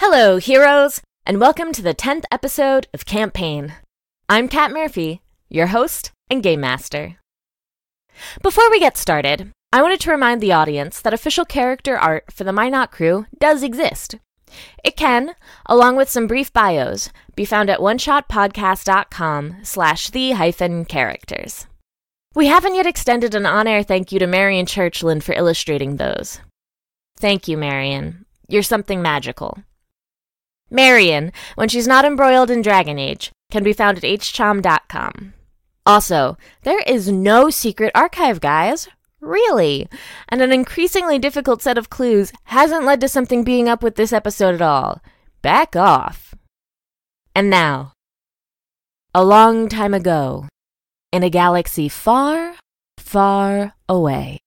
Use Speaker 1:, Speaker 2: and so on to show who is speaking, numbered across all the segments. Speaker 1: Hello, heroes, and welcome to the 10th episode of Campaign. I'm Kat Murphy, your host and game master. Before we get started, I wanted to remind the audience that official character art for the Minot crew does exist. It can, along with some brief bios, be found at oneshotpodcast.com slash the hyphen characters. We haven't yet extended an on-air thank you to Marion Churchland for illustrating those. Thank you, Marion. You're something magical. Marion, when she's not embroiled in Dragon Age, can be found at hchom.com. Also, there is no secret archive, guys. Really. And an increasingly difficult set of clues hasn't led to something being up with this episode at all. Back off. And now, a long time ago, in a galaxy far, far away.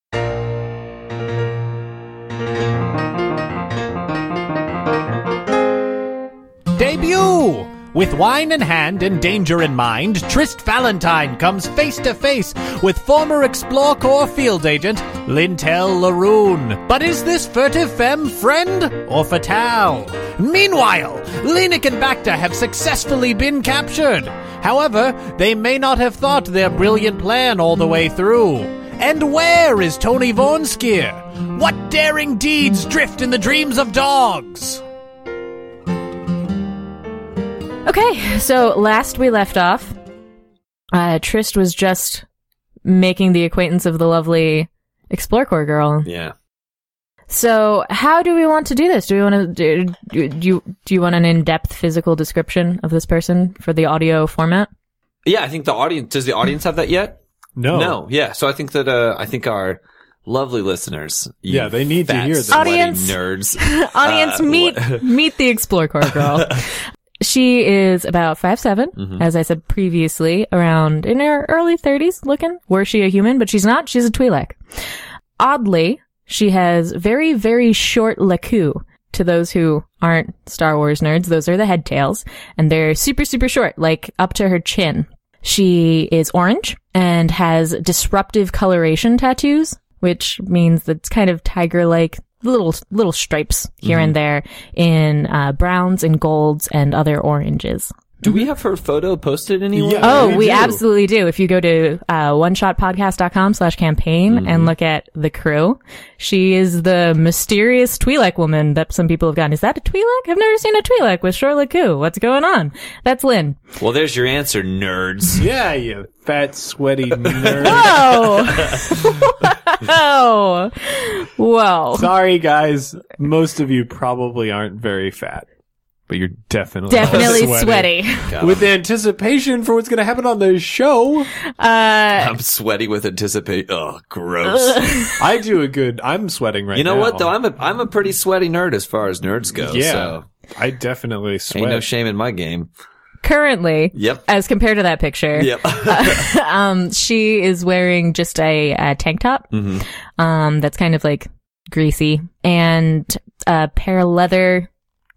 Speaker 2: Debut! With wine in hand and danger in mind, Trist Valentine comes face to face with former Explore Corps field agent Lintel Laroon. But is this furtive femme friend or fatale? Meanwhile, Lenik and Bacta have successfully been captured. However, they may not have thought their brilliant plan all the way through. And where is Tony Vornskier? What daring deeds drift in the dreams of dogs?
Speaker 3: Okay, so last we left off, uh, Trist was just making the acquaintance of the lovely Explore Corps girl.
Speaker 4: Yeah.
Speaker 3: So, how do we want to do this? Do we want to do, do, do you do you want an in-depth physical description of this person for the audio format?
Speaker 4: Yeah, I think the audience does the audience have that yet?
Speaker 5: Oh.
Speaker 4: No. Yeah. So I think that uh I think our lovely listeners you
Speaker 5: Yeah, they need to
Speaker 4: fat,
Speaker 5: hear this.
Speaker 4: sweaty
Speaker 3: Audience.
Speaker 4: nerds.
Speaker 3: Audience,
Speaker 4: Uh,
Speaker 3: meet meet the Explore Corps girl. she is about five 7 as I said previously, around in her early thirties, looking. Were she a human? But she's not. She's a Twi'lek. Oddly, she has very very short laku. To those who aren't Star Wars nerds, those are the head tails, and they're super super short, like up to her chin. She is orange and has disruptive coloration tattoos, which means that it's kind of tiger-like little little stripes here and there in uh, browns and golds and other oranges.
Speaker 4: Do we have her photo posted anywhere?
Speaker 5: Yeah.
Speaker 3: Oh,
Speaker 5: we
Speaker 3: we
Speaker 5: do.
Speaker 3: absolutely do. If you go to uh, oneshotpodcast.com slash campaign
Speaker 5: Mm-hmm.
Speaker 3: and look at the crew, she is the mysterious Twi'lek woman that some people have gotten. Is that a Twi'lek? I've never seen a Twi'lek with Shorla Koo. What's going on? That's Lynn.
Speaker 4: Well, there's your answer, nerds.
Speaker 5: Yeah, you fat, sweaty nerd.
Speaker 3: Oh! Whoa! Whoa.
Speaker 5: Sorry, guys. Most of you probably aren't very fat, but you're definitely
Speaker 3: Definitely
Speaker 5: sweaty.
Speaker 3: sweaty.
Speaker 5: With anticipation for what's going to happen on the show,
Speaker 3: Uh,
Speaker 4: I'm sweaty with anticipation. Oh, gross.
Speaker 5: I do a good. I'm sweating right now.
Speaker 4: you know what though? I'm a I'm a pretty sweaty nerd as far as nerds go.
Speaker 5: yeah,
Speaker 4: So
Speaker 5: I definitely
Speaker 4: ain't no
Speaker 5: sweat.
Speaker 4: shame in my game.
Speaker 3: currently,
Speaker 4: Yep.
Speaker 3: as compared to that picture,
Speaker 4: Yep.
Speaker 3: um, she is wearing just a, uh tank top
Speaker 4: Mhm.
Speaker 3: um, that's kind of like greasy and a pair of leather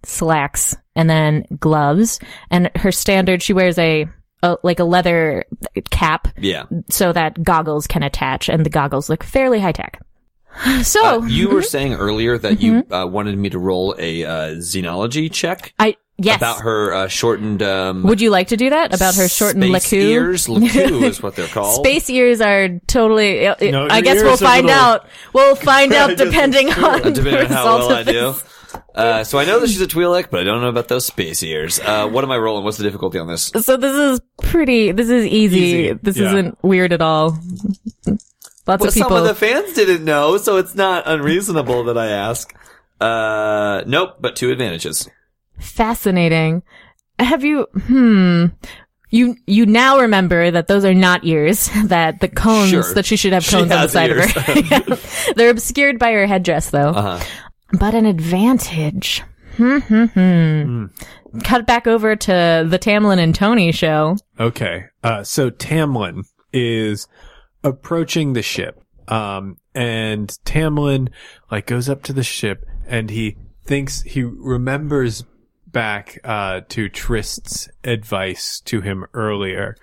Speaker 3: slacks and then gloves. And her standard, she wears a, a like a leather cap
Speaker 4: yeah.
Speaker 3: so that goggles can attach, and the goggles look fairly high tech. So
Speaker 4: Uh, you were saying earlier that
Speaker 3: Mm-hmm.
Speaker 4: you uh, wanted me to roll a uh, xenology check
Speaker 3: I yes.
Speaker 4: about her uh, shortened um,
Speaker 3: Would you like to do that about her shortened
Speaker 4: space
Speaker 3: laku?
Speaker 4: ears. Laku is what they're called.
Speaker 3: Space ears are totally. uh,
Speaker 5: No,
Speaker 3: I
Speaker 5: your
Speaker 3: guess we'll
Speaker 5: ears are
Speaker 3: find
Speaker 5: little-
Speaker 3: out. We'll find out
Speaker 5: Just as
Speaker 3: depending on
Speaker 4: Uh,
Speaker 3: the
Speaker 4: depending on
Speaker 3: result
Speaker 4: how well
Speaker 3: of
Speaker 4: I
Speaker 3: this.
Speaker 4: do. Uh, so I know that she's a Twi'lek, but I don't know about those space ears. Uh, what am I rolling? What's the difficulty on this?
Speaker 3: So this is pretty. This is easy.
Speaker 5: Easy,
Speaker 3: This
Speaker 5: yeah.
Speaker 3: isn't weird at all. Lots
Speaker 4: Well,
Speaker 3: of people.
Speaker 4: some of the fans didn't know, so it's not unreasonable that I ask. Uh, nope, but two advantages.
Speaker 3: Fascinating. Have you? Hmm. You you now remember that those are not ears. That the cones
Speaker 4: Sure.
Speaker 3: that she should have
Speaker 4: She
Speaker 3: cones on the
Speaker 4: has
Speaker 3: side
Speaker 4: ears.
Speaker 3: of her. They're obscured by her headdress, though.
Speaker 4: Uh-huh.
Speaker 3: But an advantage. Hmm, hmm, hmm.
Speaker 4: Hmm.
Speaker 3: Cut back over to the Tamlin and Tony show.
Speaker 5: Okay. Uh, so Tamlin is approaching the ship. Um, and Tamlin, like, goes up to the ship and he thinks he remembers back, uh, to Trist's advice to him earlier.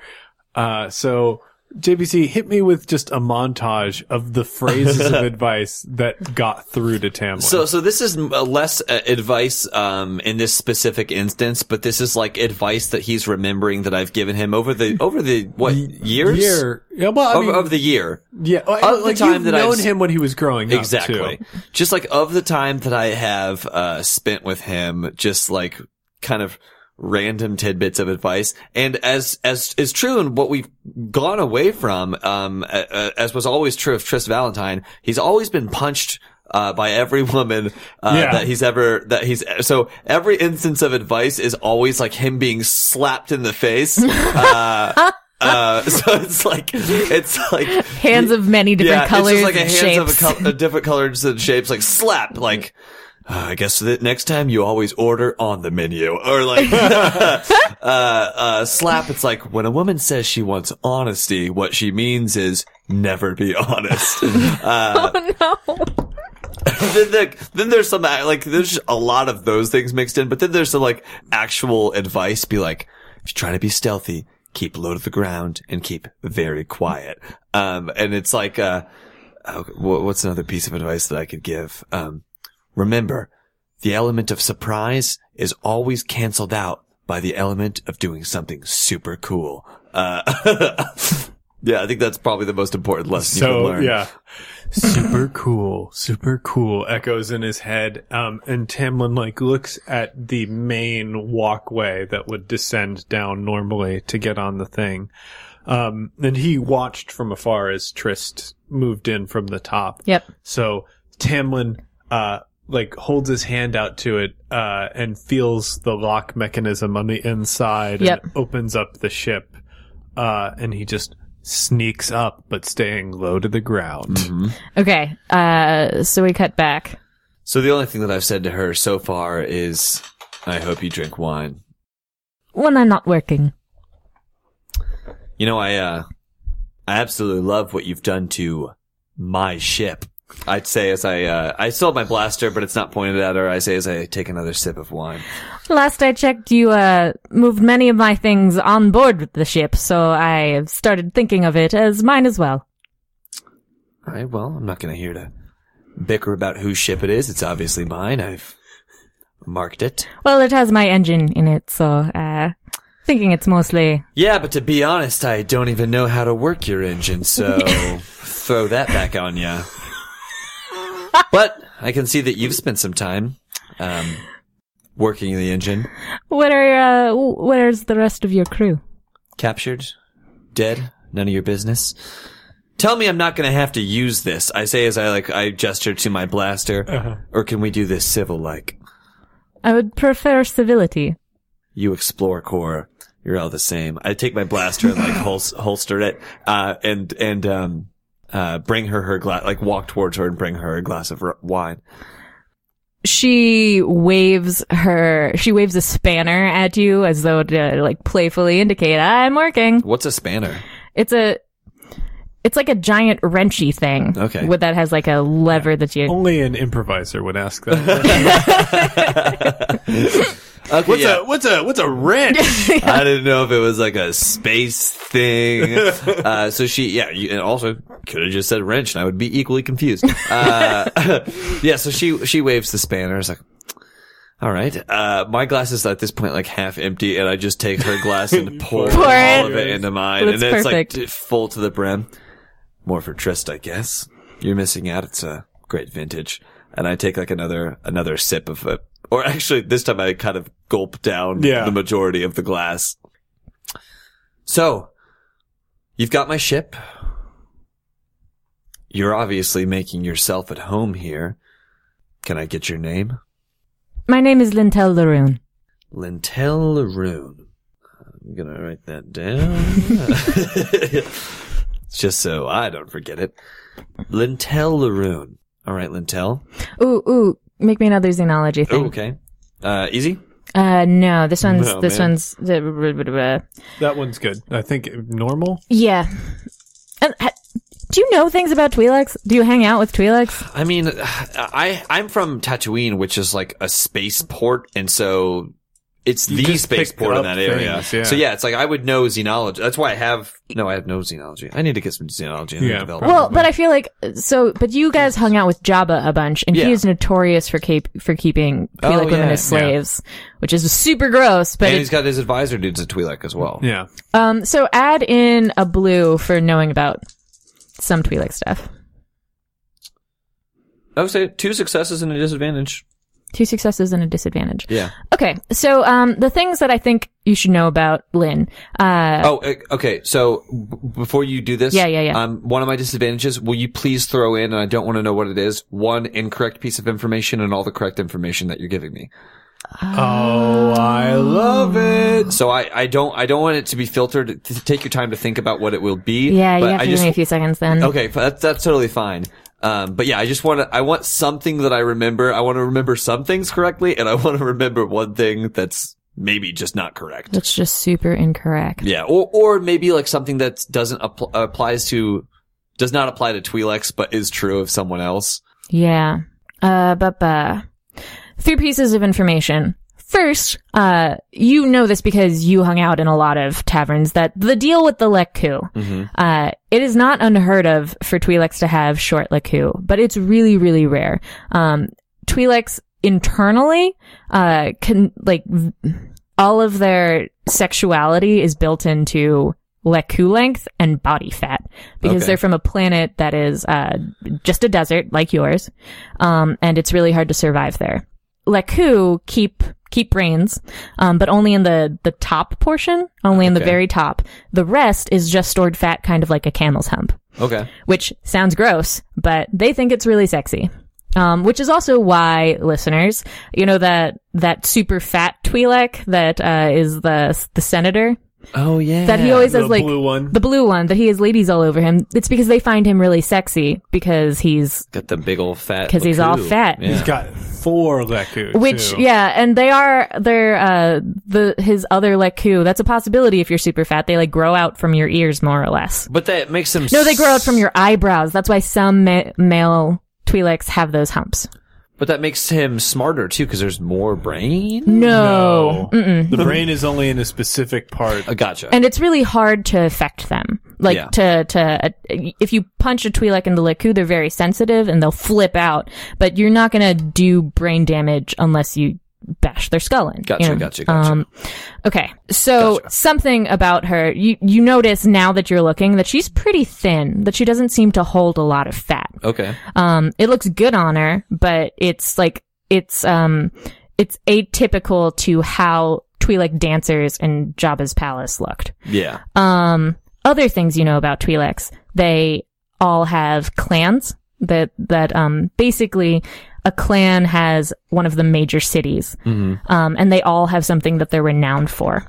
Speaker 5: Uh, so JBC, hit me with just a montage of the phrases of advice that got through to Tamlin.
Speaker 4: So, so this is uh, less uh, advice um, in this specific instance, but this is like advice that he's remembering that I've given him over the over the what years
Speaker 5: year, yeah, well, I
Speaker 4: Over-
Speaker 5: mean,
Speaker 4: of the year.
Speaker 5: yeah, like,
Speaker 4: of the
Speaker 5: like,
Speaker 4: time
Speaker 5: you've
Speaker 4: that I've
Speaker 5: known
Speaker 4: s-
Speaker 5: him when he was growing up,
Speaker 4: exactly
Speaker 5: too.
Speaker 4: just like of the time that i have uh spent with him just like kind of random tidbits of advice and as as is true and what we've gone away from um a- a- as was always true of tris valentine he's always been punched uh, by every woman uh,
Speaker 5: Yeah.
Speaker 4: that he's ever that he's so every instance of advice is always like him being slapped in the face uh, uh, so it's like it's like
Speaker 3: Hands of many different colors
Speaker 4: it's just like a
Speaker 3: and
Speaker 4: hands
Speaker 3: shapes.
Speaker 4: of a, col- a different colors and shapes, like slap, like. "Uh, I guess that next time you always order on the menu, or like uh, uh, slap. It's like when a woman says she wants honesty, what she means is never be honest. Uh,
Speaker 3: Oh,
Speaker 4: then, there, then there's some uh, like there's just a lot of those things mixed in, but then there's some like actual advice. Be like, if you're trying to be stealthy, keep low to the ground and keep very quiet. Um, and it's like, uh, oh, wh- what's another piece of advice that I could give? Um, remember, the element of surprise is always canceled out by the element of doing something super cool. Uh, yeah, I think that's probably the most important lesson you
Speaker 5: So
Speaker 4: can learn.
Speaker 5: yeah, super cool, super cool echoes in his head. Um, and Tamlin like looks at the main walkway that would descend down normally to get on the thing. Um, and he watched from afar as Trist moved in from the top.
Speaker 3: Yep.
Speaker 5: So Tamlin, uh, like holds his hand out to it, uh, and feels the lock mechanism on the inside
Speaker 3: Yep.
Speaker 5: and opens up the ship. Uh, and he just sneaks up, but staying low to the ground.
Speaker 4: Mm-hmm.
Speaker 3: Okay. Uh, so we cut back.
Speaker 4: So the only thing that I've said to her so far is, I hope you drink wine.
Speaker 3: When I'm not working.
Speaker 4: You know, I, uh, I absolutely love what you've done to my ship. I'd say as I, uh, I still have my blaster, but it's not pointed at her. I say as I take another sip of wine.
Speaker 3: Last I checked, you uh, moved many of my things on board with the ship, so I have started thinking of it as mine as well.
Speaker 4: All right. Well, I'm not going to here to bicker about whose ship it is. It's obviously mine. I've marked it.
Speaker 3: Well, it has my engine in it, so uh, thinking it's mostly
Speaker 4: Yeah, but to be honest, I don't even know how to work your engine, so throw that back on ya. But I can see that you've spent some time um, working the engine.
Speaker 3: what are uh, where's the rest of your crew?
Speaker 4: Captured, dead, none of your business. Tell me I'm not going to have to use this. I say as I like I gesture to my blaster, or can we do this civil like?
Speaker 3: I would prefer civility.
Speaker 4: you explore core you're all the same i take my blaster and like hol- holster it uh and and um uh bring her her glass like walk towards her and bring her a glass of r- wine
Speaker 3: she waves her she waves a spanner at you as though to like playfully indicate i'm working
Speaker 4: what's a spanner
Speaker 3: it's a it's like a giant wrenchy thing
Speaker 4: Okay.
Speaker 3: with that has like a lever that you
Speaker 5: Only an improviser would ask that.
Speaker 4: okay,
Speaker 5: what's
Speaker 4: yeah.
Speaker 5: a what's a what's a wrench?
Speaker 4: I didn't know if it was like a space thing. Uh, so she, yeah, you, and also could have just said wrench, and I would be equally confused. Uh, yeah, so she she waves the spanner. It's like, all right. Uh, my glass is at this point like half empty, and I just take her glass and pour,
Speaker 5: pour
Speaker 4: all
Speaker 3: it.
Speaker 4: of it into mine,
Speaker 3: That's
Speaker 4: and then it's like
Speaker 3: perfect.
Speaker 4: t- full to the brim. More for Trist, I guess. You're missing out. It's a great vintage. And I take like another another sip of it. Or actually, this time I kind of gulp down
Speaker 5: Yeah.
Speaker 4: the majority of the glass. So, you've got my ship. You're obviously making yourself at home here. Can I get your name?
Speaker 3: my name is lintel laroon
Speaker 4: Lintel Laroon. I'm gonna write that down. Just so I don't forget it. Lintel Laroon. Alright, Lintel.
Speaker 3: ooh ooh make me another xenology
Speaker 4: Oh,
Speaker 3: thing
Speaker 4: okay. Uh, easy?
Speaker 3: uh no this one's
Speaker 4: No,
Speaker 3: this
Speaker 4: man.
Speaker 3: one's the
Speaker 5: that one's good. I think normal.
Speaker 3: yeah and, ha- do you know things about Twi'leks? Do you hang out with Twi'leks?
Speaker 4: I mean, I I'm from Tatooine, which is like a spaceport, and so it's
Speaker 5: You
Speaker 4: the
Speaker 5: just
Speaker 4: spaceport
Speaker 5: pick
Speaker 4: in
Speaker 5: up
Speaker 4: that area.
Speaker 5: things, yeah.
Speaker 4: So yeah, it's like I would know xenology. That's why I have no, I have no xenology. I need to get some xenology and
Speaker 5: Yeah,
Speaker 4: develop.
Speaker 3: Well, but I feel like so. But you guys hung out with Jabba a bunch, and
Speaker 4: Yeah.
Speaker 3: he is notorious for keep for keeping Twi'lek
Speaker 4: Oh,
Speaker 3: women
Speaker 4: yeah,
Speaker 3: as slaves, which is super gross. But
Speaker 4: and
Speaker 3: it,
Speaker 4: he's got his advisor dudes at Twi'lek as well.
Speaker 5: Yeah.
Speaker 3: um, so add in a blue for knowing about some Twi'lek stuff.
Speaker 4: I would say two successes and a disadvantage.
Speaker 3: Two successes and a disadvantage.
Speaker 4: Yeah.
Speaker 3: Okay, so um, the things that I think you should know about Lynn. Uh,
Speaker 4: Oh, eh, okay. So b- before you do this,
Speaker 3: Yeah, yeah, yeah.
Speaker 4: Um, one of my disadvantages. Will you please throw in? And I don't want to know what it is. One incorrect piece of information and all the correct information that you're giving me.
Speaker 3: Ah.
Speaker 5: Oh, I love it.
Speaker 4: So I, I don't, I don't want it to be filtered. T- Take your time to think about what it will be.
Speaker 3: yeah, you
Speaker 4: but
Speaker 3: have
Speaker 4: I
Speaker 3: to
Speaker 4: just,
Speaker 3: give me a few seconds then.
Speaker 4: Okay, f- that's that's totally fine. Um, but yeah, I just want to. I want something that I remember. I want to remember some things correctly, and I want to remember one thing that's maybe just not correct.
Speaker 3: That's just super incorrect.
Speaker 4: Yeah, or or maybe like something that doesn't appl- applies to does not apply to Twi'leks, but is true of someone else.
Speaker 3: Yeah. Uh, but, uh, three pieces of information. First, uh, you know this because you hung out in a lot of taverns that the deal with the Leku,
Speaker 4: Mm-hmm.
Speaker 3: uh, it is not unheard of for Twi'leks to have short Leku, but it's really, really rare. Um, Twi'leks internally, uh, can, like, v- all of their sexuality is built into Leku length and body fat because
Speaker 4: Okay.
Speaker 3: they're from a planet that is, uh, just a desert like yours. Um, and it's really hard to survive there. Leku keep, keep brains, um, but only in the, the top portion, only in the
Speaker 4: Okay.
Speaker 3: very top. The rest is just stored fat, kind of like a camel's hump,
Speaker 4: Okay,
Speaker 3: which sounds gross, but they think it's really sexy. Um, which is also why listeners, you know, that, that super fat Twi'lek that, uh, is the, the senator.
Speaker 4: Oh yeah.
Speaker 3: That he always
Speaker 5: The
Speaker 3: has like
Speaker 5: blue one.
Speaker 3: the blue one that he has ladies all over him. It's because they find him really sexy because he's
Speaker 4: got the big old fat.
Speaker 3: because he's all
Speaker 4: Laku.
Speaker 3: fat.
Speaker 4: Oh, Yeah.
Speaker 5: He's got four Leku.
Speaker 3: Which
Speaker 5: too.
Speaker 3: yeah, and they are they're uh the his other leku. That's a possibility if you're super fat. They like grow out from your ears more or less.
Speaker 4: But that makes him.
Speaker 3: No, they grow out from your eyebrows. That's why some ma- male Twi'leks have those humps.
Speaker 4: But that makes him smarter too, because there's more
Speaker 3: Mm.
Speaker 4: brain.
Speaker 3: No.
Speaker 5: The brain is only in a specific part.
Speaker 4: Uh, gotcha.
Speaker 3: And it's really hard to affect them. Like
Speaker 4: Yeah.
Speaker 3: to to uh, if you punch a Twi'lek in the Leku, they're very sensitive and they'll flip out. But you're not gonna do brain damage unless you bash their skull in. you
Speaker 4: Gotcha,
Speaker 3: know? Um,
Speaker 4: gotcha, gotcha.
Speaker 3: okay, so something about her. You you notice now that you're looking that she's pretty thin. That she doesn't seem to hold a lot of fat.
Speaker 4: okay.
Speaker 3: Um, it looks good on her, but it's like it's um it's atypical to how Twi'lek dancers in Jabba's palace looked.
Speaker 4: Yeah.
Speaker 3: Um, other things you know about Twi'leks, they all have clans that, that, um, basically a clan has one of the major cities.
Speaker 4: Mm-hmm.
Speaker 3: Um, and they all have something that they're renowned for.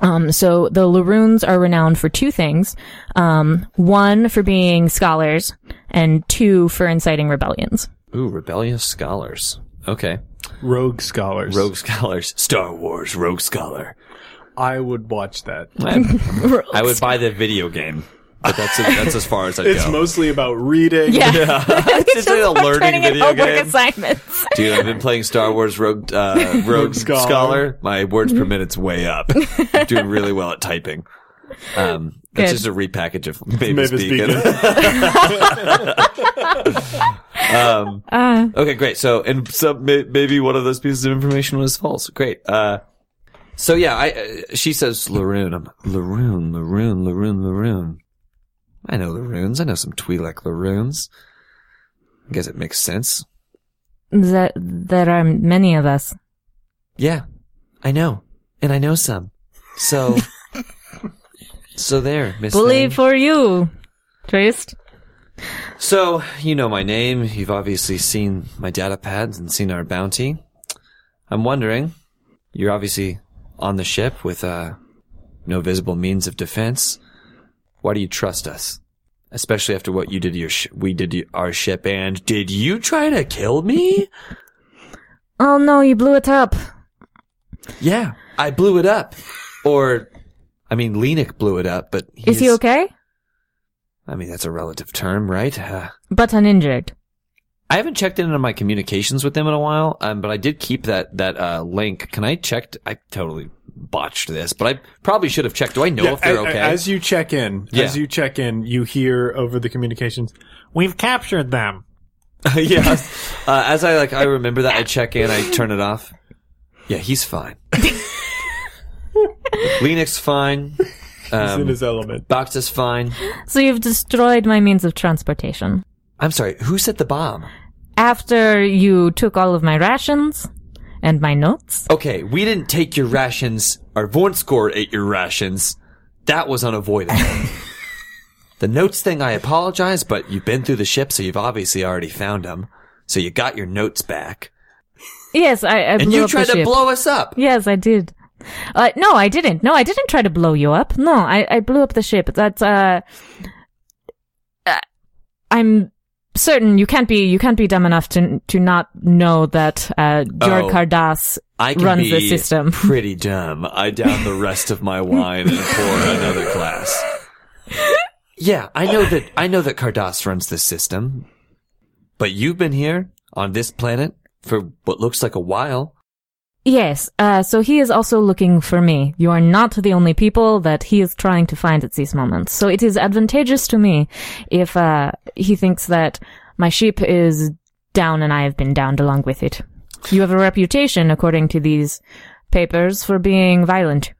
Speaker 3: Um, so the Laroons are renowned for two things. Um, one for being scholars and two for inciting rebellions.
Speaker 4: Ooh, rebellious scholars. Okay.
Speaker 5: Rogue scholars.
Speaker 4: Rogue scholars. Star Wars rogue scholar.
Speaker 5: I would watch that.
Speaker 4: I, I would buy the video game, but that's that's as far as I
Speaker 5: It's
Speaker 4: go.
Speaker 5: mostly about reading.
Speaker 3: Yeah. it's
Speaker 4: It's like a
Speaker 3: about
Speaker 4: learning
Speaker 3: turning in
Speaker 4: video
Speaker 3: homework
Speaker 4: game.
Speaker 3: assignments.
Speaker 4: Dude, I've been playing Star Wars Rogue uh, Rogue
Speaker 5: Scholar.
Speaker 4: Scholar. Mm-hmm. My words per minute's way up. I'm doing really well at typing. Um, it's
Speaker 3: Good.
Speaker 4: just a repackage of Mavis,
Speaker 5: Mavis
Speaker 4: Beacon. um, okay, great. So, and some may, maybe one of those pieces of information was false. Great. Uh, so yeah, I uh, she says Laroon. I'm Laroon, Laroon, Laroon, Laroon. I know Laroons. I know some Twi'lek Laroons. I guess it makes sense.
Speaker 3: That, there are many of us.
Speaker 4: Yeah, I know, and I know some. So, so there, Miss.
Speaker 3: Bully
Speaker 4: Believe.
Speaker 3: for you, Trist.
Speaker 4: So you know my name. You've obviously seen my data pads and seen our bounty. I'm wondering, you're obviously on the ship with uh, no visible means of defense. Why do you trust us? Especially after what you did to your sh- we did to our ship, and did you try to kill me?
Speaker 3: Oh no, you blew it up.
Speaker 4: yeah, I blew it up, or. I mean, Lenik blew it up, but
Speaker 3: Is he
Speaker 4: he's-
Speaker 3: okay?
Speaker 4: I mean, that's a relative term, right? Uh,
Speaker 3: But uninjured.
Speaker 4: I haven't checked into my communications with them in a while, um, but I did keep that that uh, link. Can I check? I totally botched this, but I probably should have checked. Do I know if they're
Speaker 5: a- a-
Speaker 4: okay?
Speaker 5: As you check in,
Speaker 4: Yeah.
Speaker 5: as you check in, you hear over the communications, "We've captured them."
Speaker 4: yeah. Uh, as I like, I remember that I check in, I turn it off. Yeah, he's fine. Linux fine.
Speaker 5: He's in
Speaker 4: Um,
Speaker 5: his element.
Speaker 4: Box is fine.
Speaker 3: So you've destroyed my means of transportation.
Speaker 4: I'm sorry. Who set the bomb?
Speaker 3: After you took all of my rations and my notes,
Speaker 4: Okay, we didn't take your rations. Our Vornskor ate your rations. That was unavoidable. the notes thing, I apologize, but you've been through the ship, so you've obviously already found them. So you got your notes back,
Speaker 3: yes, I, I
Speaker 4: and
Speaker 3: blew
Speaker 4: you
Speaker 3: up the
Speaker 4: tried to
Speaker 3: ship.
Speaker 4: blow us up.
Speaker 3: Yes, I did. Uh, no, I didn't. No, I didn't try to blow you up. No, I, I blew up the ship. That's, uh, uh, I'm certain you can't be, you can't be dumb enough to, to not know that, uh, Jor
Speaker 4: Oh.
Speaker 3: Cardass
Speaker 4: I can
Speaker 3: runs
Speaker 4: be
Speaker 3: the system.
Speaker 4: pretty dumb. I down the rest of my wine and pour another glass. Yeah, I know that. I know that Cardass runs this system, but you've been here on this planet for what looks like a while.
Speaker 3: Yes, uh, so he is also looking for me. You are not the only people that he is trying to find at these moments. So it is advantageous to me if, uh, he thinks that my ship is down and I have been downed along with it. You have a reputation, according to these papers, for being violent.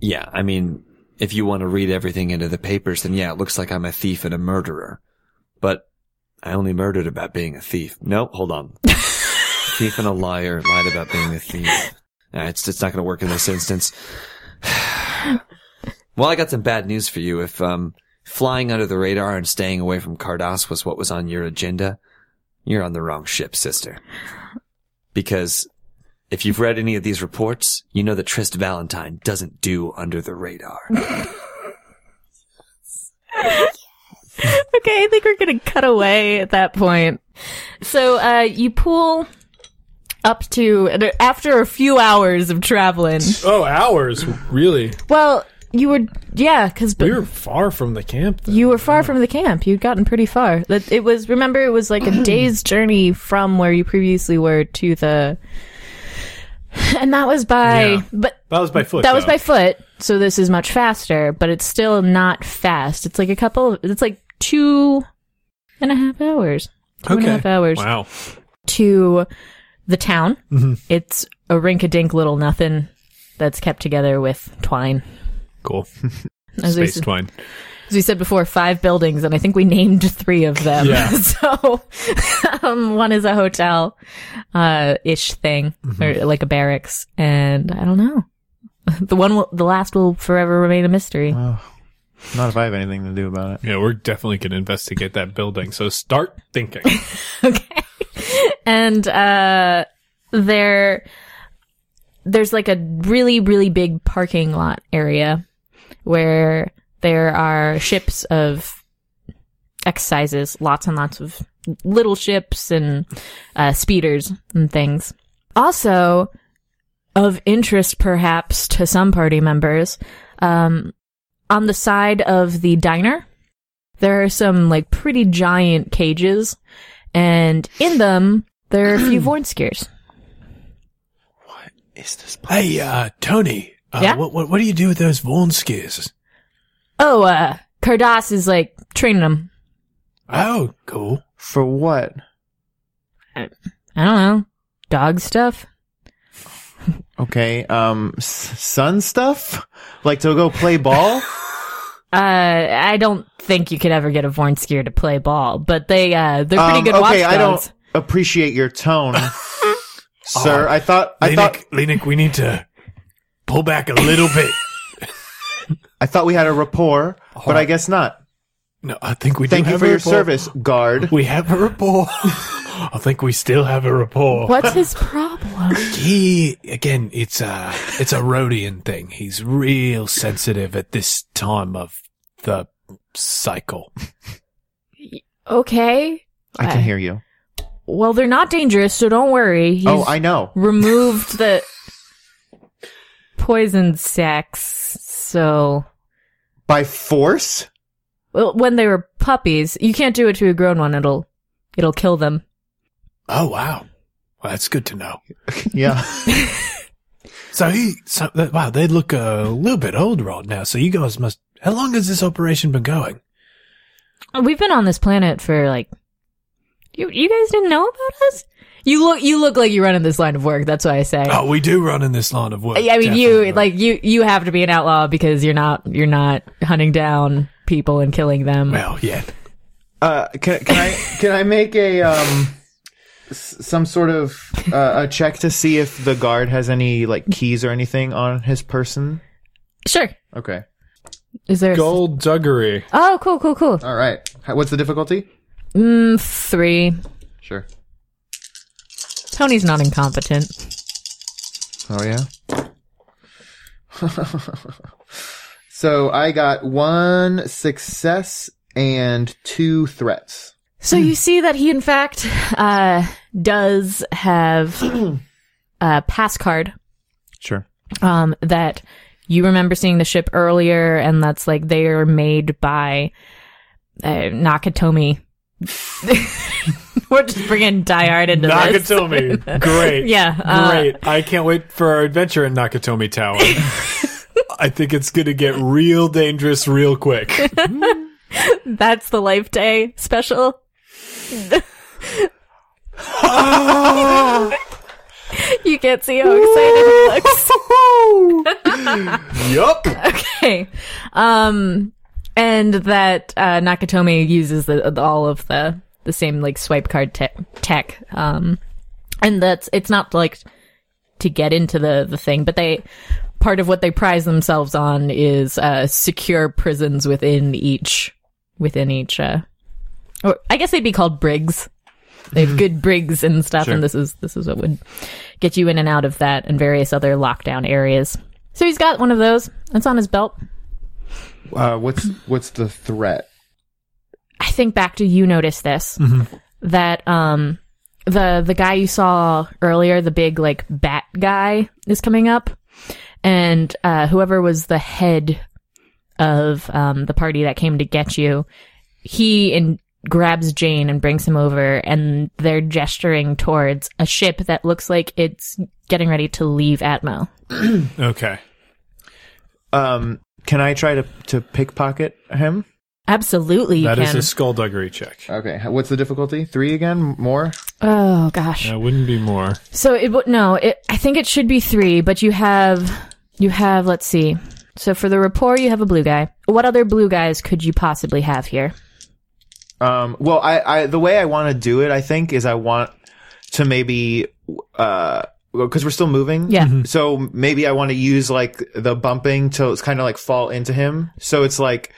Speaker 4: Yeah, I mean, if you want to read everything into the papers, then yeah, it looks like I'm a thief and a murderer. But I only murdered about being a thief. No, hold on. thief and a liar lied about being a thief. Nah, it's it's not going to work in this instance. well, I got some bad news for you. If um, flying under the radar and staying away from Cardass was what was on your agenda, you're on the wrong ship, sister. Because if you've read any of these reports, you know that Trist Valentine doesn't do under the radar.
Speaker 3: Okay, I think we're gonna cut away at that point. So, uh, you pull up to, after a few hours of traveling.
Speaker 5: Oh, hours, really?
Speaker 3: Well, you were, yeah, cause
Speaker 5: We were far from the camp. Then.
Speaker 3: You were far from the camp. You'd gotten pretty far. That it was. Remember, it was like a day's journey from where you previously were to the. And that was by,
Speaker 5: Yeah.
Speaker 3: but
Speaker 5: that was by foot.
Speaker 3: that was
Speaker 5: though.
Speaker 3: by foot. So this is much faster, but it's still not fast. It's like a couple. It's like two and a half hours. Two and a half hours
Speaker 5: Wow. Mm-hmm.
Speaker 3: to the town. It's a rink-a-dink little nothing that's kept together with twine.
Speaker 5: Cool.
Speaker 3: As we
Speaker 5: Space
Speaker 3: said-
Speaker 5: twine.
Speaker 3: as we said before, five buildings, and I think we named three of them.
Speaker 5: Yeah.
Speaker 3: so um, one is a hotel uh, ish thing, or like a barracks, and I don't know. The one, will, the last, will forever remain a mystery.
Speaker 6: Not if I have anything to do about it.
Speaker 5: Yeah, we're definitely going to investigate that building. So start thinking.
Speaker 3: and uh there there's like a really really big parking lot area where there are ships of x sizes lots and lots of little ships and uh, speeders and things also of interest perhaps to some party members um, on the side of the diner there are some like pretty giant cages and in them there are a few Vornskiers.
Speaker 5: hey, uh, Tony. Uh,
Speaker 3: Yeah?
Speaker 5: What, what What do you do with those Vaughn skis?
Speaker 3: Oh, uh, Cardass is like training them.
Speaker 5: Oh, cool.
Speaker 6: For what?
Speaker 3: I don't know, dog stuff.
Speaker 6: Okay, um, s- sun stuff? Like to go play ball?
Speaker 3: Uh, I don't think you could ever get a Vornskier to play ball, but they uh, they're pretty
Speaker 6: Um,
Speaker 3: good
Speaker 6: okay, I
Speaker 3: watchdogs.
Speaker 6: don't appreciate your tone, sir. I thought I thought
Speaker 5: Lenik, we need to pull back a little bit.
Speaker 6: I thought we had a rapport, but I guess not.
Speaker 5: No, I think we
Speaker 6: Thank
Speaker 5: do
Speaker 6: you
Speaker 5: have
Speaker 6: for
Speaker 5: a
Speaker 6: your
Speaker 5: rapport.
Speaker 6: service, guard.
Speaker 5: We have a rapport. I think we still have a rapport.
Speaker 3: What's his problem?
Speaker 5: He again, it's a it's a Rhodian thing. He's real sensitive at this time of the cycle.
Speaker 3: okay.
Speaker 6: I can hear you.
Speaker 3: Well, they're not dangerous, so don't worry. He's
Speaker 6: Oh, I know.
Speaker 3: removed the poison sacs. So,
Speaker 6: By force?
Speaker 3: well, when they were puppies, you can't do it to a grown one. It'll it'll kill them.
Speaker 5: Oh wow, well that's good to know.
Speaker 6: Yeah.
Speaker 5: So he, so, that- wow, they look a little bit older right now. So you guys must. How long has this operation been going?
Speaker 3: We've been on this planet for like you you guys didn't know about us? You look you look like you run in this line of work, that's why I say.
Speaker 5: Oh, we do run in this line of work.
Speaker 3: I mean
Speaker 5: definitely.
Speaker 3: you like you you have to be an outlaw because you're not you're not hunting down people and killing them.
Speaker 5: Well, yeah.
Speaker 6: Uh, can, can I can I make a um s- some sort of uh, a check to see if the guard has any like keys or anything on his person?
Speaker 3: Sure.
Speaker 6: Okay.
Speaker 3: Is there a s-
Speaker 7: Gold duggery.
Speaker 3: Oh, cool, cool, cool.
Speaker 6: All right. How- What's the difficulty?
Speaker 3: Mm, 3.
Speaker 6: Sure.
Speaker 3: Tony's not incompetent.
Speaker 6: Oh yeah. so I got one success and two threats.
Speaker 3: So you see that he, in fact, uh, does have a pass card
Speaker 6: Sure.
Speaker 3: um, that you remember seeing the ship earlier, and that's like they are made by uh, Nakatomi. We're just bringing Diard into this.
Speaker 7: Nakatomi. Great.
Speaker 3: Yeah, uh,
Speaker 7: Great. I can't wait for our adventure in Nakatomi Tower. I think it's going to get real dangerous real quick.
Speaker 3: That's the Life Day special.
Speaker 5: Ah,
Speaker 3: you can't see how excited he looks.
Speaker 7: yup.
Speaker 3: Okay. Um, and that uh, Nakatomi uses the, the- all of the the same like swipe card te- tech. Um, and that's it's not like to get into the the thing, but they part of what they prize themselves on is uh, secure prisons within each within each. Uh, or I guess they'd be called brigs. They have good brigs and stuff, and this is this is what would get you in and out of that and various other lockdown areas. So he's got one of those. It's on his belt.
Speaker 6: Uh, what's what's the threat?
Speaker 3: I think back to you noticed this
Speaker 5: Mm-hmm.
Speaker 3: that um the the guy you saw earlier, the big like bat guy, is coming up, and uh, whoever was the head of um, the party that came to get you, he and grabs Jane and brings him over, and they're gesturing towards a ship that looks like it's getting ready to leave Atmo.
Speaker 5: Okay.
Speaker 6: Um, can I try to to pickpocket him?
Speaker 3: Absolutely, you
Speaker 5: That is
Speaker 3: can.
Speaker 5: a skullduggery check.
Speaker 6: Okay. h- What's the difficulty? Three again? More?
Speaker 3: oh gosh.
Speaker 5: That wouldn't be more.
Speaker 3: So it would no. It, I think it should be three, but you have you have. Let's see. So for the rapport, you have a blue guy. What other blue guys could you possibly have here?
Speaker 6: Um, well, I, I the way I want to do it, I think, is I want to maybe uh because we're still moving.
Speaker 3: Yeah.
Speaker 5: Mm-hmm.
Speaker 6: So maybe I want to use like the bumping to kind of like fall into him. So it's like.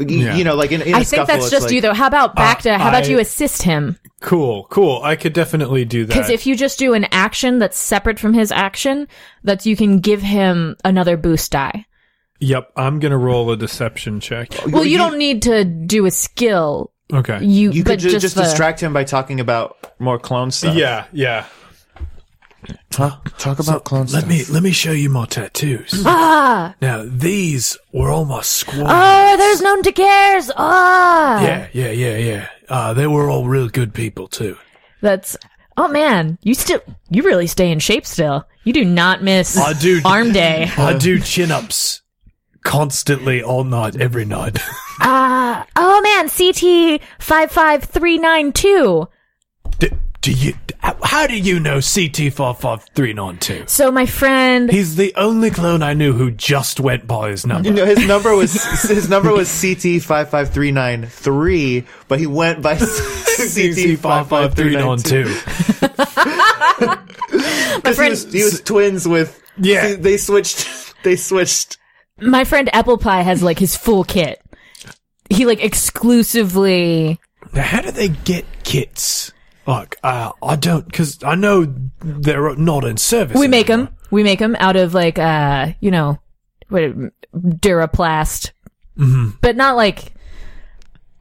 Speaker 6: y-
Speaker 5: Yeah.
Speaker 6: You know, like in, in
Speaker 3: I
Speaker 6: a
Speaker 3: think
Speaker 6: scuffle,
Speaker 3: that's
Speaker 6: it's
Speaker 3: just
Speaker 6: like- uh,
Speaker 3: you though. How about back to? How about
Speaker 5: I-
Speaker 3: you assist him?
Speaker 5: Cool. Cool. I could definitely do that.
Speaker 3: Because if you just do an action that's separate from his action, that you can give him another boost die.
Speaker 5: yep. I'm going to roll a deception check.
Speaker 3: Well, you, don't need to do a skill.
Speaker 5: Okay.
Speaker 3: You,
Speaker 6: You
Speaker 3: but
Speaker 6: could ju- just,
Speaker 3: the-
Speaker 6: distract him by talking about more clone stuff.
Speaker 5: yeah. Yeah.
Speaker 6: talk about clone
Speaker 5: Let me let me show you my tattoos.
Speaker 3: Ah,
Speaker 5: now these were almost squads.
Speaker 3: oh, there's known to cares.
Speaker 6: Oh.
Speaker 3: Ah,
Speaker 5: yeah, yeah, yeah, yeah. Uh, they were all real good people too.
Speaker 3: That's oh man, you still you really stay in shape still. You do not miss
Speaker 5: I do.
Speaker 3: arm day.
Speaker 5: I
Speaker 6: Oh.
Speaker 5: do chin ups constantly, all night, every night.
Speaker 3: Ah, oh man, CT five five three nine two.
Speaker 5: do, do you? How do you know CT five five three nine two?
Speaker 3: So my friend,
Speaker 5: He's the only clone I knew who just went by his number.
Speaker 6: You know, his number was his number was CT five five three nine three, but he went by CT five five three nine two. Because he,
Speaker 3: friend-
Speaker 6: was- he was twins with.
Speaker 5: Yeah.
Speaker 6: they switched. They switched.
Speaker 3: my friend Apple Pie has like his full kit. He like exclusively.
Speaker 5: Now, how do they get kits? Like, uh, I don't, because I know they're not in service.
Speaker 3: We make
Speaker 5: anymore.
Speaker 3: him. We make him out of like uh, you know, what Duraplast,
Speaker 5: Mm-hmm.
Speaker 3: but not like.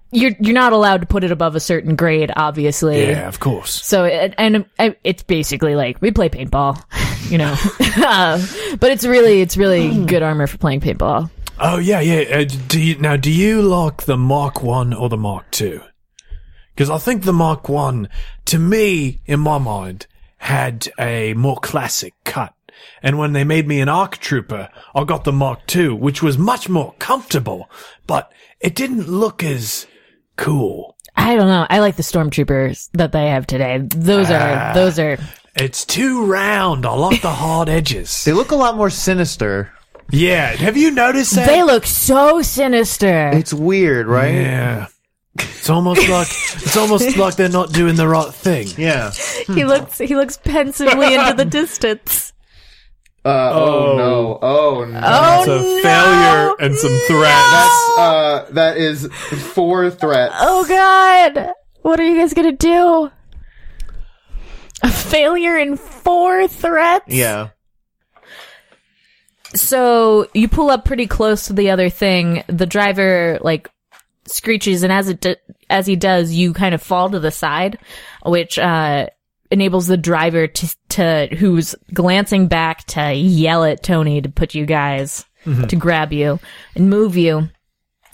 Speaker 3: You're you're not allowed to put it above a certain grade, obviously.
Speaker 5: Yeah, of course.
Speaker 3: So it, and uh, it's basically like we play paintball, you know. um, but it's really it's really good armor for playing paintball.
Speaker 5: Oh yeah, yeah. Uh, do you, now, do you like the Mark One or the Mark Two?
Speaker 7: Because I think the Mark One, to me, in my mind, had a more classic cut. And when they made me an ARC Trooper, I got the Mark Two, which was much more comfortable, but it didn't look as cool.
Speaker 3: I don't know. I like the stormtroopers that they have today. Those
Speaker 7: Ah.
Speaker 3: are those are
Speaker 7: It's too round. I like the hard edges.
Speaker 6: They look a lot more sinister.
Speaker 7: Yeah. Have you noticed that?
Speaker 3: they look so sinister.
Speaker 6: It's weird, right?
Speaker 7: yeah. It's almost like it's almost like they're not doing the right thing.
Speaker 6: Yeah.
Speaker 3: he looks he looks pensively into the distance.
Speaker 6: Uh, oh. no. Oh no.
Speaker 7: It's a failure and some threats.
Speaker 6: That's uh, that is four threats.
Speaker 3: Oh god. What are you guys gonna do? A failure in four threats?
Speaker 6: Yeah.
Speaker 3: So you pull up pretty close to the other thing. The driver like screeches, and as it d as he does, you kind of fall to the side, which uh, enables the driver to to who's glancing back to yell at Tony to put you guys
Speaker 7: Mm-hmm.
Speaker 3: to grab you and move you.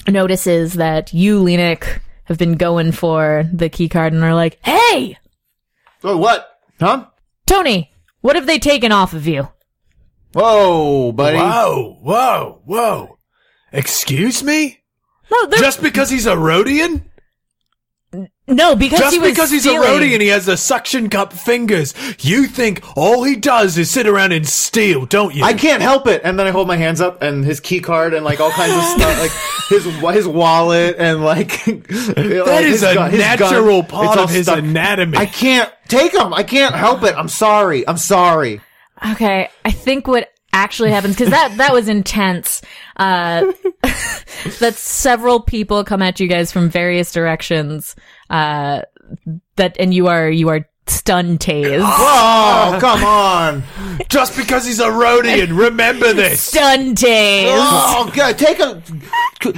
Speaker 3: Notices that you, Lenik, have been going for the key card and are like, "Hey,
Speaker 6: Oh what? Huh?
Speaker 3: Tony, what have they taken off of you?"
Speaker 6: Whoa, buddy.
Speaker 7: Whoa, whoa, whoa. Excuse me?
Speaker 3: No, they're-
Speaker 7: Just because he's a Rhodian?
Speaker 3: no, because
Speaker 7: Just
Speaker 3: he was
Speaker 7: because he's
Speaker 3: stealing.
Speaker 7: a Rhodian, he has the suction cup fingers. You think all he does is sit around and steal, don't you?
Speaker 6: I can't help it. And then I hold my hands up and his key card and like all kinds of stuff, like his his wallet and like that
Speaker 7: That is a natural part of his anatomy.
Speaker 6: I can't take him. I can't help it. I'm sorry. I'm sorry.
Speaker 3: Okay, I think what actually happens because that that was intense. Uh, that several people come at you guys from various directions. Uh, that and you are you are stun tased,
Speaker 6: Oh, come on.
Speaker 7: Just because he's a Rhodian, remember this.
Speaker 3: stun tased.
Speaker 6: Oh, God. Take a.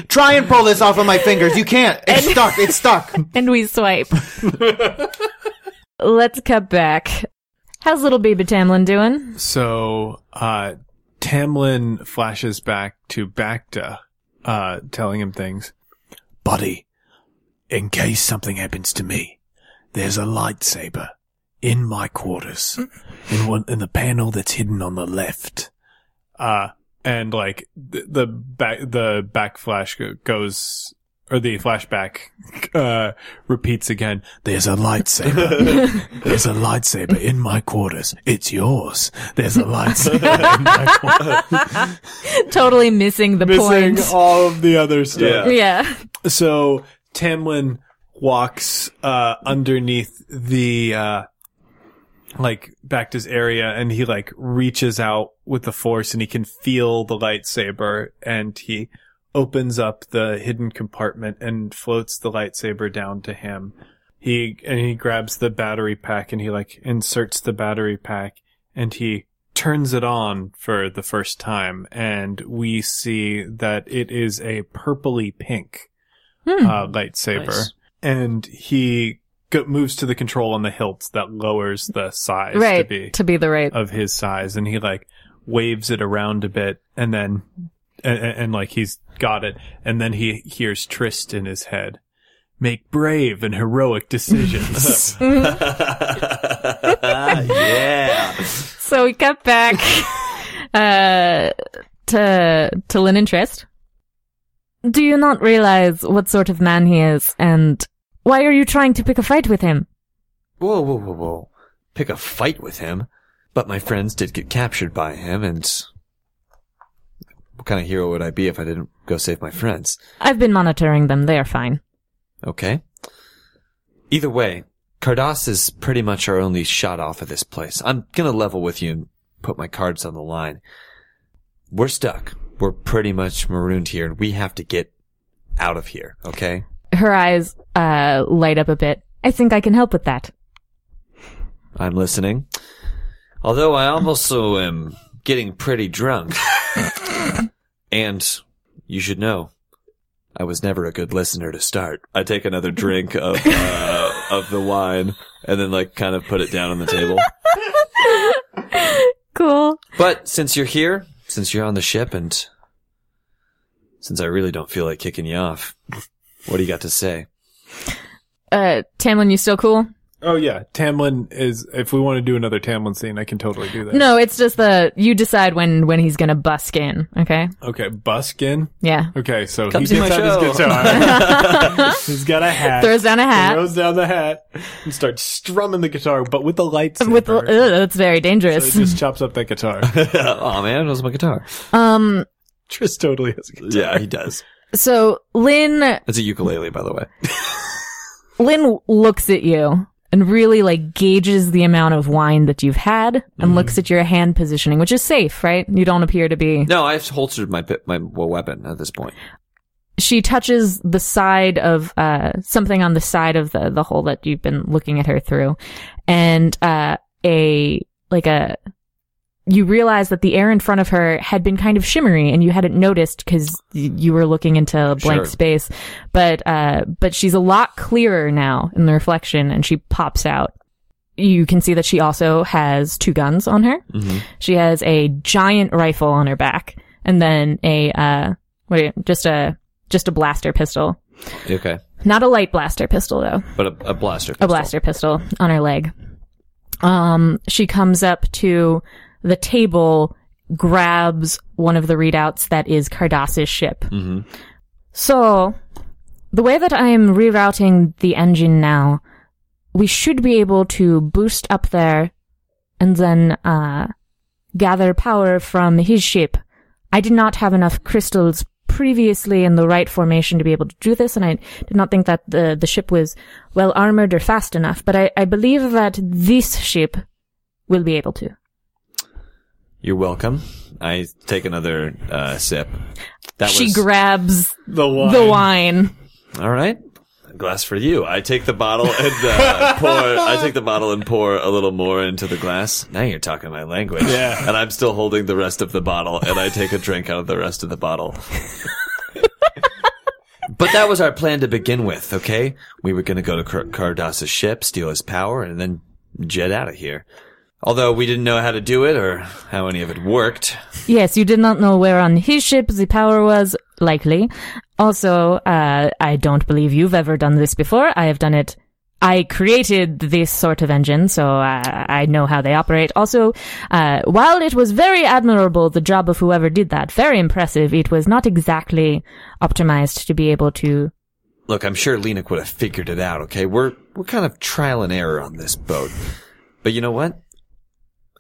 Speaker 6: Try and pull this off of my fingers. You can't. It's stuck. It's stuck.
Speaker 3: and we swipe. Let's cut back. How's little baby Tamlin doing?
Speaker 5: So, uh, Tamlin flashes back to Bacta, uh, telling him things.
Speaker 7: Buddy, in case something happens to me, there's a lightsaber in my quarters, in one in the panel that's hidden on the left.
Speaker 5: Uh, and like th- the back, the backflash go- goes, or the flashback, uh, repeats again.
Speaker 7: There's a lightsaber. There's a lightsaber in my quarters. It's yours. There's a lightsaber. in my quarters.
Speaker 3: Totally missing the
Speaker 5: Missing
Speaker 3: point.
Speaker 5: all of the other stuff.
Speaker 4: Yeah.
Speaker 3: yeah.
Speaker 5: So Tamlin walks uh underneath the uh like back to his area and he like reaches out with the force and he can feel the lightsaber and he opens up the hidden compartment and floats the lightsaber down to him. He and he grabs the battery pack and he like inserts the battery pack and he turns it on for the first time and we see that it is a purpley pink uh, lightsaber
Speaker 7: Nice.
Speaker 5: and he go- moves to the control on the hilt that lowers the size to
Speaker 3: Right.
Speaker 5: be
Speaker 3: the right.
Speaker 5: of his size and he like waves it around a bit and then and, and, and, like he's got it and then he hears Trist in his head make brave and heroic decisions
Speaker 4: yeah.
Speaker 3: So we cut back uh, to to Lynn and Trist. Do you not realize what sort of man he is, and why are you trying to pick a fight with him?
Speaker 4: Whoa, whoa, whoa, whoa. Pick a fight with him. But my friends did get captured by him, and what kind of hero would I be if I didn't go save my friends?
Speaker 3: I've been monitoring them; they are fine.
Speaker 4: Okay. Either way, Cardass is pretty much our only shot off of this place. I'm gonna level with you and put my cards on the line. We're stuck. We're pretty much marooned here, and we have to get out of here, okay?
Speaker 3: Her eyes uh, light up a bit. I think I can help with that.
Speaker 4: I'm listening. Although I also am getting pretty drunk. and you should know, I was never a good listener to start. I take another drink of uh, of the wine and then like kind of put it down on the table.
Speaker 3: Cool.
Speaker 4: But since you're here, since you're on the ship and since I really don't feel like kicking you off, what do you got to say?
Speaker 3: Uh, Tamlin, you still cool?
Speaker 7: Oh yeah, Tamlin is. If we want to do another Tamlin scene, I can totally do that.
Speaker 3: No, it's just the you decide when when he's gonna busk in. Okay.
Speaker 7: Okay, Buskin.
Speaker 3: Yeah.
Speaker 7: Okay, so
Speaker 4: Come
Speaker 7: he
Speaker 4: see
Speaker 7: gets
Speaker 4: my
Speaker 7: out his
Speaker 4: show.
Speaker 7: guitar. He's got a hat.
Speaker 3: Throws down a hat.
Speaker 7: Throws down the hat and starts strumming the guitar, but with the lights.
Speaker 3: With the, ugh, that's very dangerous.
Speaker 7: so he just chops up that guitar.
Speaker 4: oh man, it was my guitar.
Speaker 3: um.
Speaker 7: Tris totally has a guitar.
Speaker 4: Yeah, he does.
Speaker 3: So Lynn
Speaker 4: It's a ukulele, by the way.
Speaker 3: Lynn looks at you and really like gauges the amount of wine that you've had and looks at your hand positioning, which is safe, right? You don't appear to be.
Speaker 4: No, I've holstered my pi- my well, weapon at this point.
Speaker 3: She touches the side of uh something on the side of the the hole that you've been looking at her through, and uh a like a. You realize that the air in front of her had been kind of shimmery, and you hadn't noticed because you were looking into a blank
Speaker 4: Sure.
Speaker 3: space. But uh, but she's a lot clearer now in the reflection, and she pops out. you can see that she also has two guns on her. She has a giant rifle on her back, and then a uh, wait, just a just a blaster pistol.
Speaker 4: Okay,
Speaker 3: Not a light blaster pistol though,
Speaker 4: but a, a blaster.
Speaker 3: a
Speaker 4: pistol.
Speaker 3: blaster pistol on her leg. Um, she comes up to the table, grabs one of the readouts that is Cardas's ship. So, the way that I am rerouting the engine now, we should be able to boost up there and then uh, gather power from his ship. I did not have enough crystals previously in the right formation to be able to do this, and I did not think that the, the ship was well armored or fast enough, but I, I believe that this ship will be able to.
Speaker 4: You're welcome. I take another uh, sip. That
Speaker 3: she
Speaker 4: was
Speaker 3: grabs
Speaker 7: The wine.
Speaker 3: the wine.
Speaker 4: all right. A glass for you. I take the bottle and uh, pour. I take the bottle and pour a little more into the glass. Now you're talking my language.
Speaker 7: Yeah.
Speaker 4: And I'm still holding the rest of the bottle, and I take a drink out of the rest of the bottle. But that was our plan to begin with, okay? We were going to go to Car- Cardass's ship, steal his power, and then jet out of here. Although we didn't know how to do it or how any of it worked.
Speaker 3: Yes, you did not know where on his ship the power was, likely. Also, uh, I don't believe you've ever done this before. I have done it. I created this sort of engine, so I, I know how they operate. Also, uh, while it was very admirable, the job of whoever did that, very impressive, it was not exactly optimized to be able to
Speaker 4: Look, I'm sure Lenik would have figured it out, okay? We're, we're kind of trial and error on this boat. But you know what?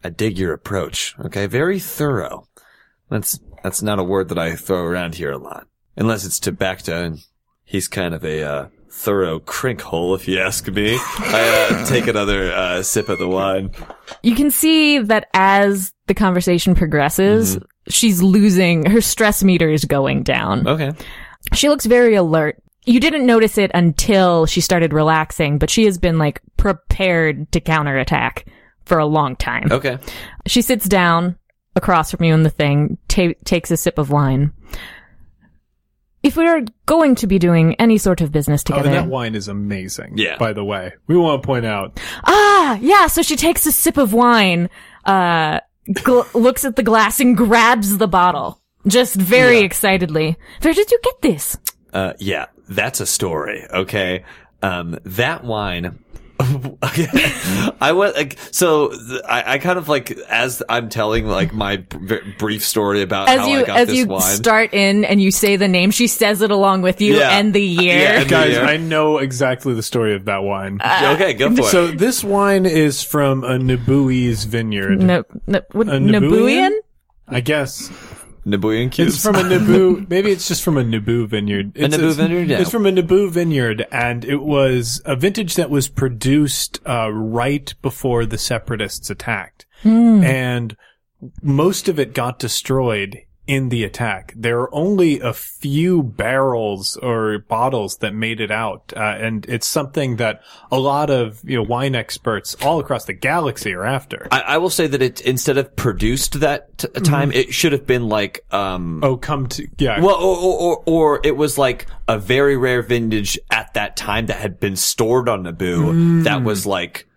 Speaker 4: I dig your approach, okay? Very thorough. That's, that's not a word that I throw around here a lot. Unless it's to Bacta, and he's kind of a, uh, thorough crink hole, if you ask me. I, uh, take another, uh, sip of the wine.
Speaker 3: you can see that as the conversation progresses, she's losing her stress meter is going down.
Speaker 4: Okay.
Speaker 3: She looks very alert. You didn't notice it until she started relaxing, but she has been like prepared to counterattack for a long time.
Speaker 4: Okay.
Speaker 3: She sits down across from you in the thing, ta- takes a sip of wine. If we are going to be doing any sort of business
Speaker 7: Oh,
Speaker 3: together,
Speaker 7: and that wine is amazing.
Speaker 4: Yeah.
Speaker 7: By the way, we want to point out
Speaker 3: Ah, yeah. So she takes a sip of wine, uh, gl- looks at the glass and grabs the bottle, just very excitedly. Where did you get this?
Speaker 4: Uh, yeah, that's a story. Okay. Um, that wine. I went like so. th- I, I kind of like as I'm telling like my br- brief story about
Speaker 3: As
Speaker 4: how
Speaker 3: you
Speaker 4: I got
Speaker 3: as
Speaker 4: this
Speaker 3: you
Speaker 4: wine.
Speaker 3: start in and you say the name, she says it along with you
Speaker 4: Yeah.
Speaker 3: and the year.
Speaker 4: Yeah, and-
Speaker 7: guys,
Speaker 4: Yeah.
Speaker 7: I know exactly the story of that wine.
Speaker 3: Uh,
Speaker 4: Yeah, okay, go for
Speaker 7: so
Speaker 4: it.
Speaker 7: this wine is from a Nabui's vineyard.
Speaker 3: No, no, what,
Speaker 7: A Nabooian?
Speaker 3: Nabuian?
Speaker 7: I guess
Speaker 4: Nabooyan
Speaker 7: It's
Speaker 4: cubes.
Speaker 7: from a Naboo. Maybe it's just from a Naboo vineyard. It's,
Speaker 4: Naboo
Speaker 7: it's-
Speaker 4: vineyard, yeah.
Speaker 7: It's from a Naboo vineyard, and it was a vintage that was produced uh, right before the Separatists attacked, and most of it got destroyed in the attack. There are only a few barrels or bottles that made it out, uh, and it's something that a lot of you know wine experts all across the galaxy are after.
Speaker 4: I, I will say that it instead of produced that t- time,
Speaker 7: Mm-hmm.
Speaker 4: it should have been like um.
Speaker 7: Oh, come to yeah.
Speaker 4: Well, or, or, or, or it was like a very rare vintage at that time that had been stored on Naboo that was like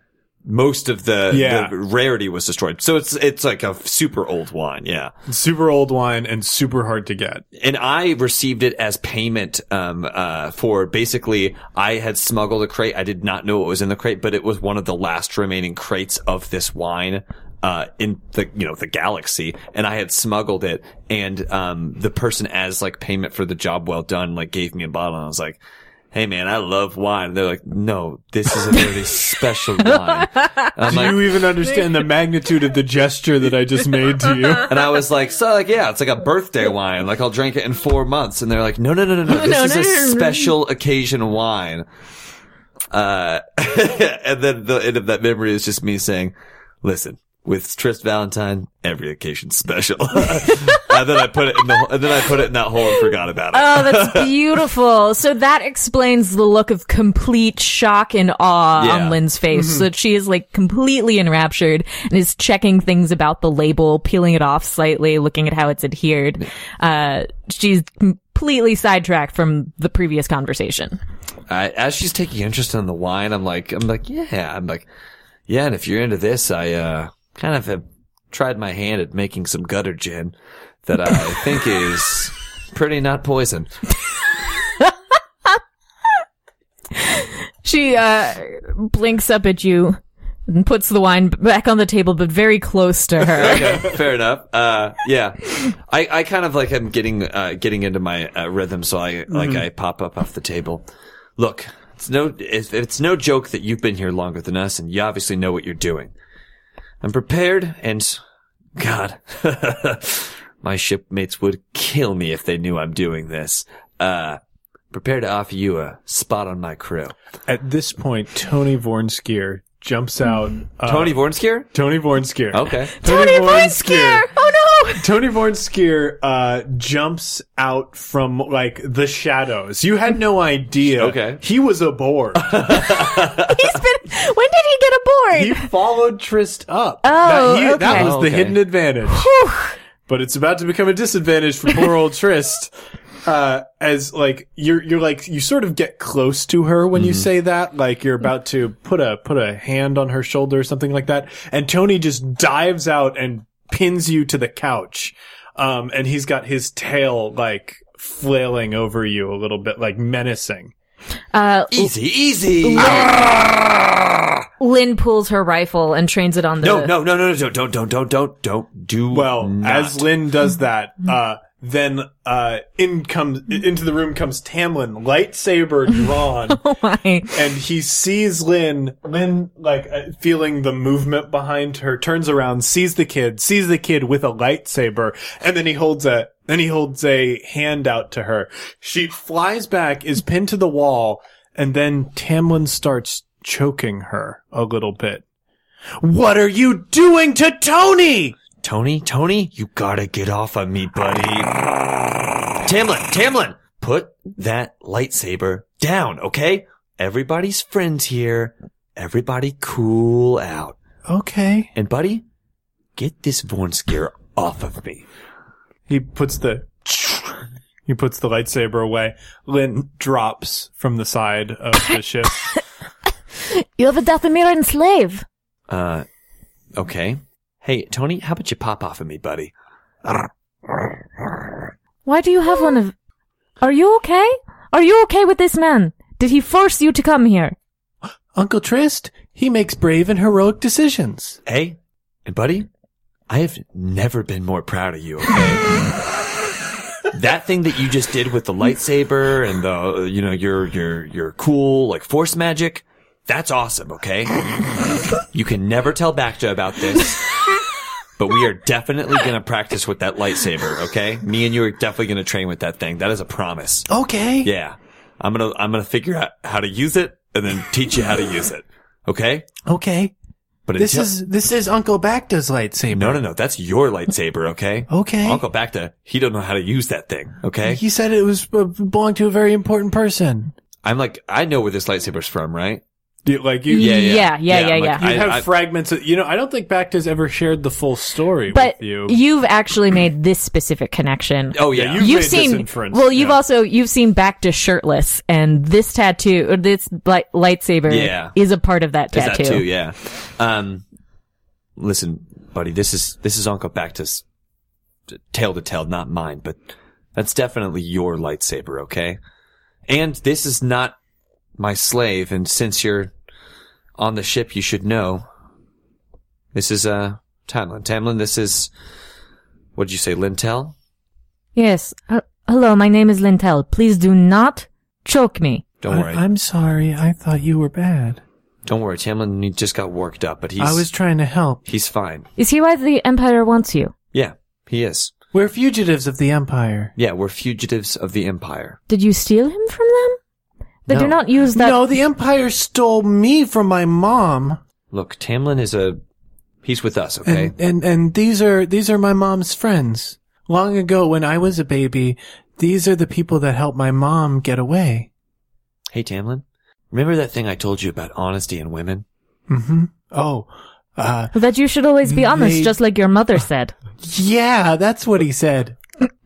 Speaker 4: most of the,
Speaker 7: Yeah.
Speaker 4: the rarity was destroyed. So it's it's like a super old wine, yeah.
Speaker 7: Super old wine and super hard to get.
Speaker 4: And I received it as payment um uh for basically I had smuggled a crate. I did not know what was in the crate, but it was one of the last remaining crates of this wine uh in the you know the galaxy and I had smuggled it and um the person as like payment for the job well done like gave me a bottle and I was like Hey man, I love wine. And they're like, no, this is a very special wine. And I'm
Speaker 7: Do
Speaker 4: like,
Speaker 7: you even understand the magnitude of the gesture that I just made to you?
Speaker 4: And I was like, so like, yeah, it's like a birthday wine. Like I'll drink it in four months. And they're like, no, no, no, no, no. This
Speaker 3: No,
Speaker 4: is
Speaker 3: no,
Speaker 4: a
Speaker 3: no, no.
Speaker 4: special occasion wine. Uh, and then the end of that memory is just me saying, listen, with Trist Valentine, every occasion's special. and then I put it in the, and then I put it in that hole and forgot about it.
Speaker 3: Oh, that's beautiful. So that explains the look of complete shock and awe
Speaker 4: Yeah.
Speaker 3: on Lynn's face. So she is like completely enraptured and is checking things about the label, peeling it off slightly, looking at how it's adhered. Uh, she's completely sidetracked from the previous conversation.
Speaker 4: I, as she's taking interest in the wine, I'm like, I'm like, yeah, I'm like, yeah. And if you're into this, I, uh, kind of have tried my hand at making some gutter gin that I think is pretty not poison.
Speaker 3: She uh, blinks up at you and puts the wine back on the table, but very close to her.
Speaker 4: Okay, fair enough. Uh, yeah, I, I kind of like I'm getting, uh, getting into my uh, rhythm. So I, like,
Speaker 7: Mm-hmm.
Speaker 4: I pop up off the table. Look, it's no, it's, it's no joke that you've been here longer than us and you obviously know what you're doing. I'm prepared and God, my shipmates would kill me if they knew I'm doing this. Uh, prepare to offer you a spot on my crew.
Speaker 7: At this point, Tony Vornskier jumps out. Uh,
Speaker 4: Tony Vornskier?
Speaker 7: Tony Vornskier.
Speaker 4: Okay.
Speaker 7: Tony,
Speaker 3: Vornskier! Oh no!
Speaker 7: Tony Vornskier uh, jumps out from like the shadows. You had no idea.
Speaker 4: Okay.
Speaker 7: He was aboard.
Speaker 3: He's been. When did he get aboard?
Speaker 7: he followed Trist up.
Speaker 3: Oh,
Speaker 7: that, that
Speaker 3: okay.
Speaker 7: was the
Speaker 4: Okay.
Speaker 7: hidden advantage. But it's about to become a disadvantage for poor old Trist. Uh, as like you're you're like you sort of get close to her when you say that, like you're about to put a put a hand on her shoulder or something like that, and Tony just dives out and pins you to the couch. Um, and he's got his tail like flailing over you a little bit, like menacing.
Speaker 3: Uh,
Speaker 4: Easy, easy.
Speaker 3: Lynn pulls her rifle and trains it on the.
Speaker 4: No, no, no, no, no, don't, don't, don't, don't, don't do
Speaker 7: Well,
Speaker 4: not.
Speaker 7: as Lynn does that, uh, then uh, in comes into the room comes Tamlin, lightsaber drawn,
Speaker 3: Why?
Speaker 7: and he sees Lynn. Lynn, like uh, feeling the movement behind her, turns around, sees the kid, sees the kid with a lightsaber, and then he holds a then he holds a hand out to her. She flies back, is pinned to the wall, and then Tamlin starts choking her a little bit. What are you doing to Tony?
Speaker 4: Tony, Tony, you gotta get off of me, buddy. Tamlin, Tamlin, put that lightsaber down, okay? Everybody's friends here. Everybody cool out.
Speaker 7: Okay.
Speaker 4: And buddy, get this Vornskier off of me.
Speaker 7: He puts the he puts the lightsaber away. Lynn drops from the side of the ship.
Speaker 8: You have a Dathamiran slave.
Speaker 4: Uh, okay. Hey, Tony, how about you pop off of me, buddy?
Speaker 8: Why do you have one of. Are you okay?
Speaker 3: Are you okay with this man? Did he force you to come here?
Speaker 7: Uncle Trist, he makes brave and heroic decisions.
Speaker 4: Hey, and buddy, I have never been more proud of you. Okay? that thing that you just did with the lightsaber and the, you know, your your your cool like force magic, that's awesome. Okay, you can never tell Bacta about this. But we are definitely gonna practice with that lightsaber, okay? Me and you are definitely gonna train with that thing. That is a promise.
Speaker 7: Okay.
Speaker 4: Yeah. I'm gonna I'm gonna figure out how to use it and then teach you how to use it. Okay?
Speaker 7: Okay.
Speaker 4: But
Speaker 7: This
Speaker 4: until-
Speaker 7: is this is Uncle Bacta's lightsaber.
Speaker 4: no, no, no. That's your lightsaber, okay?
Speaker 7: Okay.
Speaker 4: Uncle Bacta, he don't know how to use that thing, okay?
Speaker 7: He said it was uh, belonged to a very important person.
Speaker 4: I'm like, I know where this lightsaber's from, right?
Speaker 5: You, like you,
Speaker 3: Yeah,
Speaker 5: you
Speaker 3: yeah, yeah, yeah, yeah.
Speaker 4: I'm like, I-
Speaker 5: have
Speaker 4: I-
Speaker 5: fragments. Of, you know, I don't think Bact has ever shared the full story
Speaker 3: But
Speaker 5: with you.
Speaker 3: you've actually made this specific connection.
Speaker 4: oh yeah,
Speaker 5: you've made
Speaker 3: you've
Speaker 5: this
Speaker 3: seen
Speaker 5: inference,
Speaker 3: well you've
Speaker 5: yeah.
Speaker 3: also you've seen back to shirtless and this tattoo or this light, lightsaber
Speaker 4: Yeah.
Speaker 3: is a part of that
Speaker 4: There's
Speaker 3: tattoo,
Speaker 4: that too, yeah. Um, listen, buddy, this is this is Uncle Bactus, t- tale to tale, not mine, but that's definitely your lightsaber, okay? And this is not my slave, and since you're on the ship, you should know. This is uh Tamlin. Tamlin, this is what'd you say, Lintel?
Speaker 3: yes H- hello my name is lintel please do not choke me
Speaker 4: Don't worry,
Speaker 7: I, am sorry. I thought you were bad.
Speaker 4: don't worry. Tamlin he just got worked up, but he's
Speaker 7: I was trying to help.
Speaker 4: he's fine.
Speaker 3: is he why the empire wants you
Speaker 4: Yeah, he is.
Speaker 7: We're fugitives of the Empire.
Speaker 4: Yeah, we're fugitives of the Empire.
Speaker 3: did you steal him from them they do
Speaker 4: No.
Speaker 3: not use that
Speaker 7: no, the Empire stole me from my mom.
Speaker 4: Look, Tamlin is a. He's with us, okay?
Speaker 7: And, and and these are these are my mom's friends. Long ago when I was a baby, these are the people that helped my mom get away.
Speaker 4: hey, Tamlin. Remember that thing I told you about honesty and women?
Speaker 7: Mm-hmm. Oh. Uh
Speaker 3: that you should always be honest
Speaker 7: They-
Speaker 3: just like your mother said
Speaker 7: yeah, that's what he said.
Speaker 4: we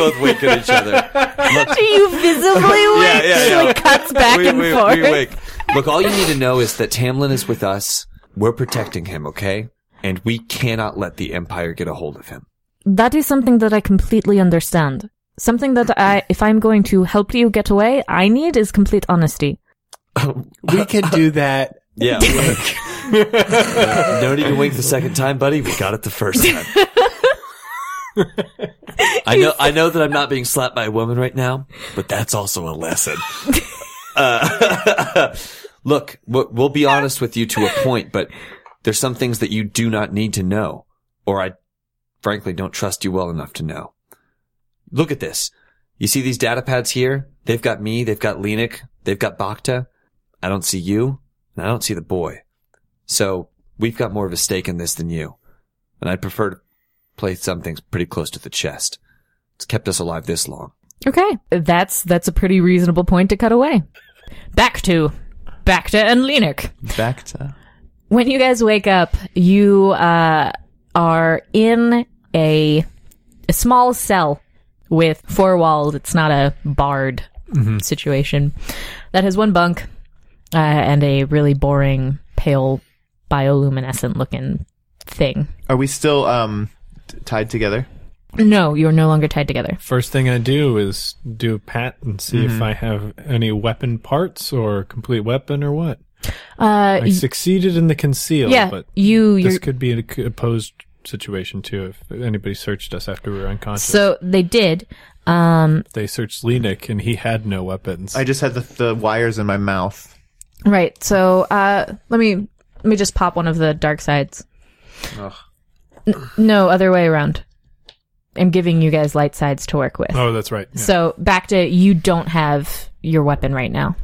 Speaker 4: both wink at each other. Look,
Speaker 3: do you visibly wink
Speaker 4: Yeah, yeah,
Speaker 3: She,
Speaker 4: yeah.
Speaker 3: like cuts back
Speaker 4: we,
Speaker 3: and
Speaker 4: we- we
Speaker 3: forth
Speaker 4: wink. Look, all you need to know is that Tamlin is with us. We're protecting him, okay? And we cannot let the Empire get a hold of him.
Speaker 3: that is something that I completely understand. Something that I, if I'm going to help you get away, I need is complete honesty.
Speaker 7: We can do that.
Speaker 4: Yeah. Wink. no need to wink the second time, buddy. We got it the first time. I know I know that I'm not being slapped by a woman right now, but that's also a lesson. Uh, look, we'll, we'll be honest with you to a point, but there's some things that you do not need to know, or I frankly don't trust you well enough to know. Look at this. You see these data pads here? They've got me, they've got Lenik, they've got Bakta. I don't see you, and I don't see the boy. So we've got more of a stake in this than you. And I'd prefer to play some things pretty close to the chest. It's kept us alive this long.
Speaker 3: Okay. That's, that's a pretty reasonable point to cut away. Back to, back to and Lenik.
Speaker 6: Back to
Speaker 3: When you guys wake up, you, uh, are in a, a small cell with four walls. It's not a barred
Speaker 5: Mm-hmm.
Speaker 3: situation that has one bunk, uh, and a really boring pale bioluminescent looking thing.
Speaker 6: Are we still um t- tied together?
Speaker 3: No, you're no longer tied together.
Speaker 5: First thing I do is do a pat and see
Speaker 3: Mm-hmm.
Speaker 5: if I have any weapon parts or complete weapon or what.
Speaker 3: Uh,
Speaker 5: I succeeded in the conceal,
Speaker 3: yeah,
Speaker 5: but
Speaker 3: you, you're,
Speaker 5: this could be an opposed situation too if anybody searched us after we were unconscious.
Speaker 3: so they did. Um,
Speaker 5: they searched Lenik and he had no weapons.
Speaker 6: I just had the, the wires in my mouth.
Speaker 3: right. So, uh, let me, let me just pop one of the dark sides. N- no, other way around. I'm giving you guys light sides to work with.
Speaker 5: oh, that's right. yeah.
Speaker 3: So back to you don't have your weapon right now.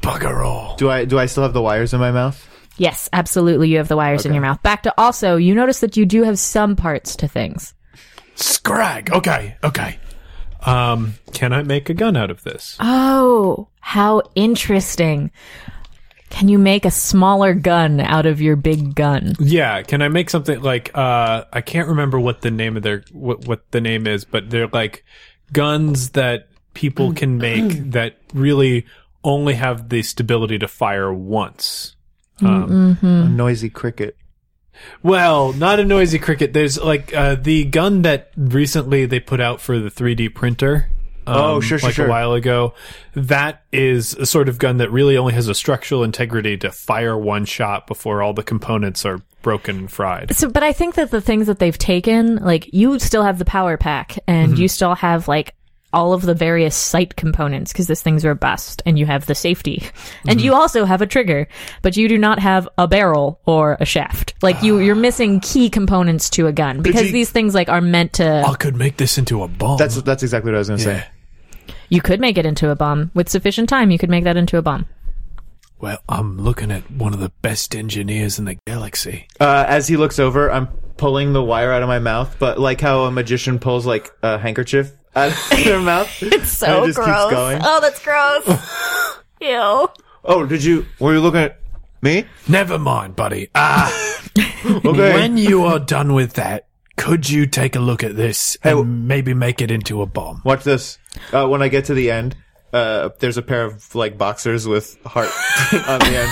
Speaker 7: Bugger all.
Speaker 6: Do I do I still have the wires in my mouth?
Speaker 3: Yes, absolutely. You have the wires in your mouth. Back to also, you notice that you do have some parts to things.
Speaker 7: Scrag. Okay. Okay.
Speaker 5: Um, can I make a gun out of this?
Speaker 3: Oh, how interesting. Can you make a smaller gun out of your big gun?
Speaker 5: Yeah, can I make something like uh I can't remember what the name of their what what the name is, but they're like guns that
Speaker 3: Mm.
Speaker 5: people can make that really only have the stability to fire once.
Speaker 6: A noisy cricket.
Speaker 5: Well, not a noisy cricket. There's like uh the gun that recently they put out for the 3D printer.
Speaker 6: Oh, sure, sure,
Speaker 5: Um, like
Speaker 6: sure.
Speaker 5: a while ago. That is a sort of gun that really only has a structural integrity to fire one shot before all the components are broken and fried.
Speaker 3: So, but I think that the things that they've taken, like you still have the power pack and
Speaker 6: Mm-hmm.
Speaker 3: you still have like all of the various sight components because this thing's robust and you have the safety and
Speaker 6: Mm-hmm.
Speaker 3: you also have a trigger, but you do not have a barrel or a shaft. Like you, you're missing key components to a gun because
Speaker 7: you-
Speaker 3: these things like are meant to,
Speaker 6: Oh.
Speaker 7: I could make this into a bomb.
Speaker 6: That's that's exactly what I was gonna
Speaker 7: yeah.
Speaker 6: say.
Speaker 3: you could make it into a bomb with sufficient time. You could make that into a bomb.
Speaker 7: Well, I'm looking at one of the best engineers in the galaxy.
Speaker 6: Uh, as he looks over, I'm pulling the wire out of my mouth, but like how a magician pulls like a handkerchief out of their mouth.
Speaker 3: It's so
Speaker 6: And it just keeps
Speaker 3: gross.
Speaker 6: going.
Speaker 3: Oh, that's gross. Ew.
Speaker 6: Oh, did you? Were you looking at me?
Speaker 7: Never mind, buddy. Ah,
Speaker 6: Okay.
Speaker 7: when you are done with that, could you take a look at this
Speaker 6: w-
Speaker 7: and maybe make it into a bomb?
Speaker 6: Watch this. Uh, when I get to the end, uh, there's a pair of like boxers with heart on the end.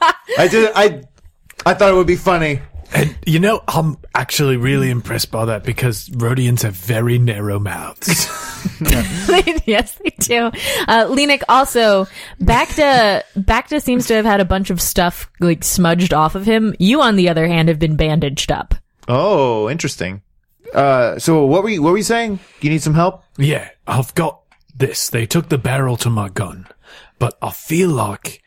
Speaker 6: I did. I I thought it would be funny.
Speaker 7: And you know, I'm actually really impressed by that because Rhodians have very narrow mouths.
Speaker 3: yes, they do. Uh, Lenik also Bacta. Bacta seems to have had a bunch of stuff like smudged off of him. You, on the other hand, have been bandaged up.
Speaker 6: Oh, interesting. Uh, so what were you? What were you saying? You need some help?
Speaker 7: yeah, I've got this. They took the barrel to my gun, but I feel like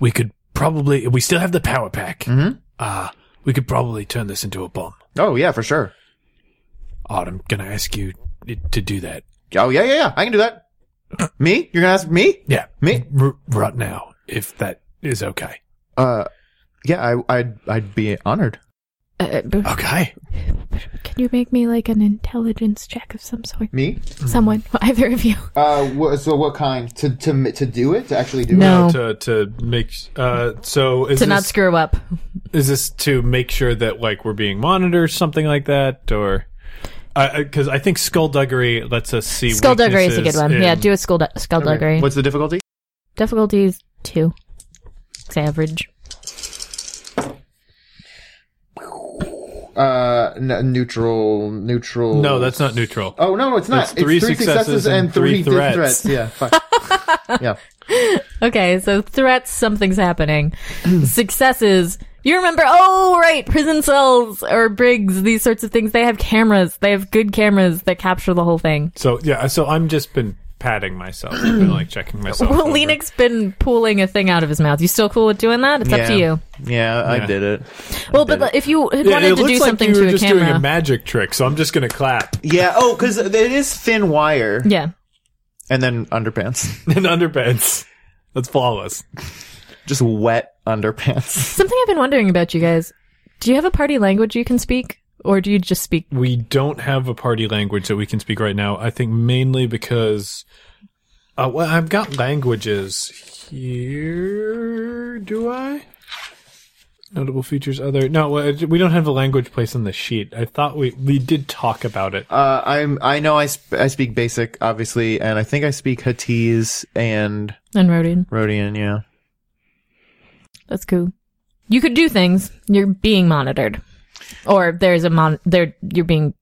Speaker 7: we could probably, we still have the power pack. Mm-hmm. Uh, we could probably turn this into a bomb.
Speaker 6: Oh yeah, for sure.
Speaker 7: Odd, I'm going to ask you to do that.
Speaker 6: Oh yeah, yeah, yeah. I can do that. Me? You're gonna ask me?
Speaker 7: Yeah.
Speaker 6: Me?
Speaker 7: R- right now, if that is okay.
Speaker 6: Uh, yeah. I I'd I'd be honored.
Speaker 9: Uh, b-
Speaker 7: Okay.
Speaker 9: can you make me like an intelligence check of some sort?
Speaker 6: Me?
Speaker 9: Someone, either of you.
Speaker 6: Uh, wha- so what kind? To to to do it? To actually do
Speaker 3: No, to,
Speaker 5: to to make uh so is
Speaker 3: not
Speaker 5: this-
Speaker 3: screw up.
Speaker 5: is this to make sure that like we're being monitored something like that or because I, think skullduggery lets us see
Speaker 3: Skullduggery is a good
Speaker 5: weaknesses
Speaker 3: one.
Speaker 5: in-
Speaker 3: Yeah, do a skull skullduggery.
Speaker 6: What's the difficulty?
Speaker 3: Difficulty is two. It's average.
Speaker 6: Uh, n- neutral, neutral.
Speaker 5: no that's not neutral
Speaker 6: Oh no, no, it's not.
Speaker 5: It's three successes and three
Speaker 6: di-
Speaker 5: threats.
Speaker 6: Yeah, fuck. yeah.
Speaker 3: Okay, so threats, something's happening. Successes. You remember, oh, right, prison cells or brigs, these sorts of things. They have cameras. They have good cameras that capture the whole thing.
Speaker 5: so yeah so i'm just been patting myself I've been like checking myself
Speaker 3: Well,
Speaker 5: over.
Speaker 3: Lennox's been pulling a thing out of his mouth. You still cool with doing that? It's up to you.
Speaker 6: Yeah, I
Speaker 5: Yeah.
Speaker 6: did it.
Speaker 3: Well, but like, if you had wanted to do something
Speaker 5: you were
Speaker 3: to a
Speaker 5: just
Speaker 3: camera.
Speaker 5: doing a magic trick, so I'm just gonna clap
Speaker 6: Yeah. Oh, because it is thin wire,
Speaker 3: yeah.
Speaker 6: and then underpants,
Speaker 5: in underpants. That's flawless.
Speaker 6: just wet underpants.
Speaker 3: Something I've been wondering about you guys. Do you have a party language you can speak? Or do you just speak?
Speaker 5: We don't have a party language that we can speak right now. I think mainly because, uh, well, I've got languages here. Do I? Notable features, other no, uh, we don't have a language place on the sheet. I thought we we did talk about it.
Speaker 6: Uh, I'm. I know. I sp- I speak basic, obviously, and I think I speak Hattese and
Speaker 3: And Rodian.
Speaker 6: Rhodian. Yeah.
Speaker 3: That's cool. You could do things. You're being monitored, or there's a mon. There, you're being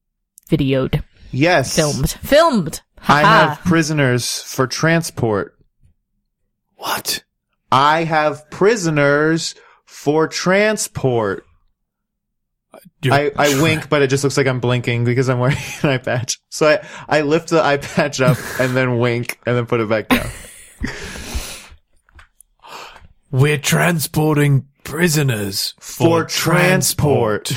Speaker 3: videoed,
Speaker 6: Yes.
Speaker 3: filmed, filmed. Ha
Speaker 6: I
Speaker 3: ha.
Speaker 6: have prisoners for transport.
Speaker 7: What?
Speaker 6: I have prisoners for transport.
Speaker 7: You're
Speaker 6: I, I wink, but it just looks like I'm blinking because I'm wearing an eye patch. So I, I lift the eye patch up and then wink and then put it back down.
Speaker 7: We're transporting prisoners
Speaker 6: For
Speaker 7: for,
Speaker 6: transport.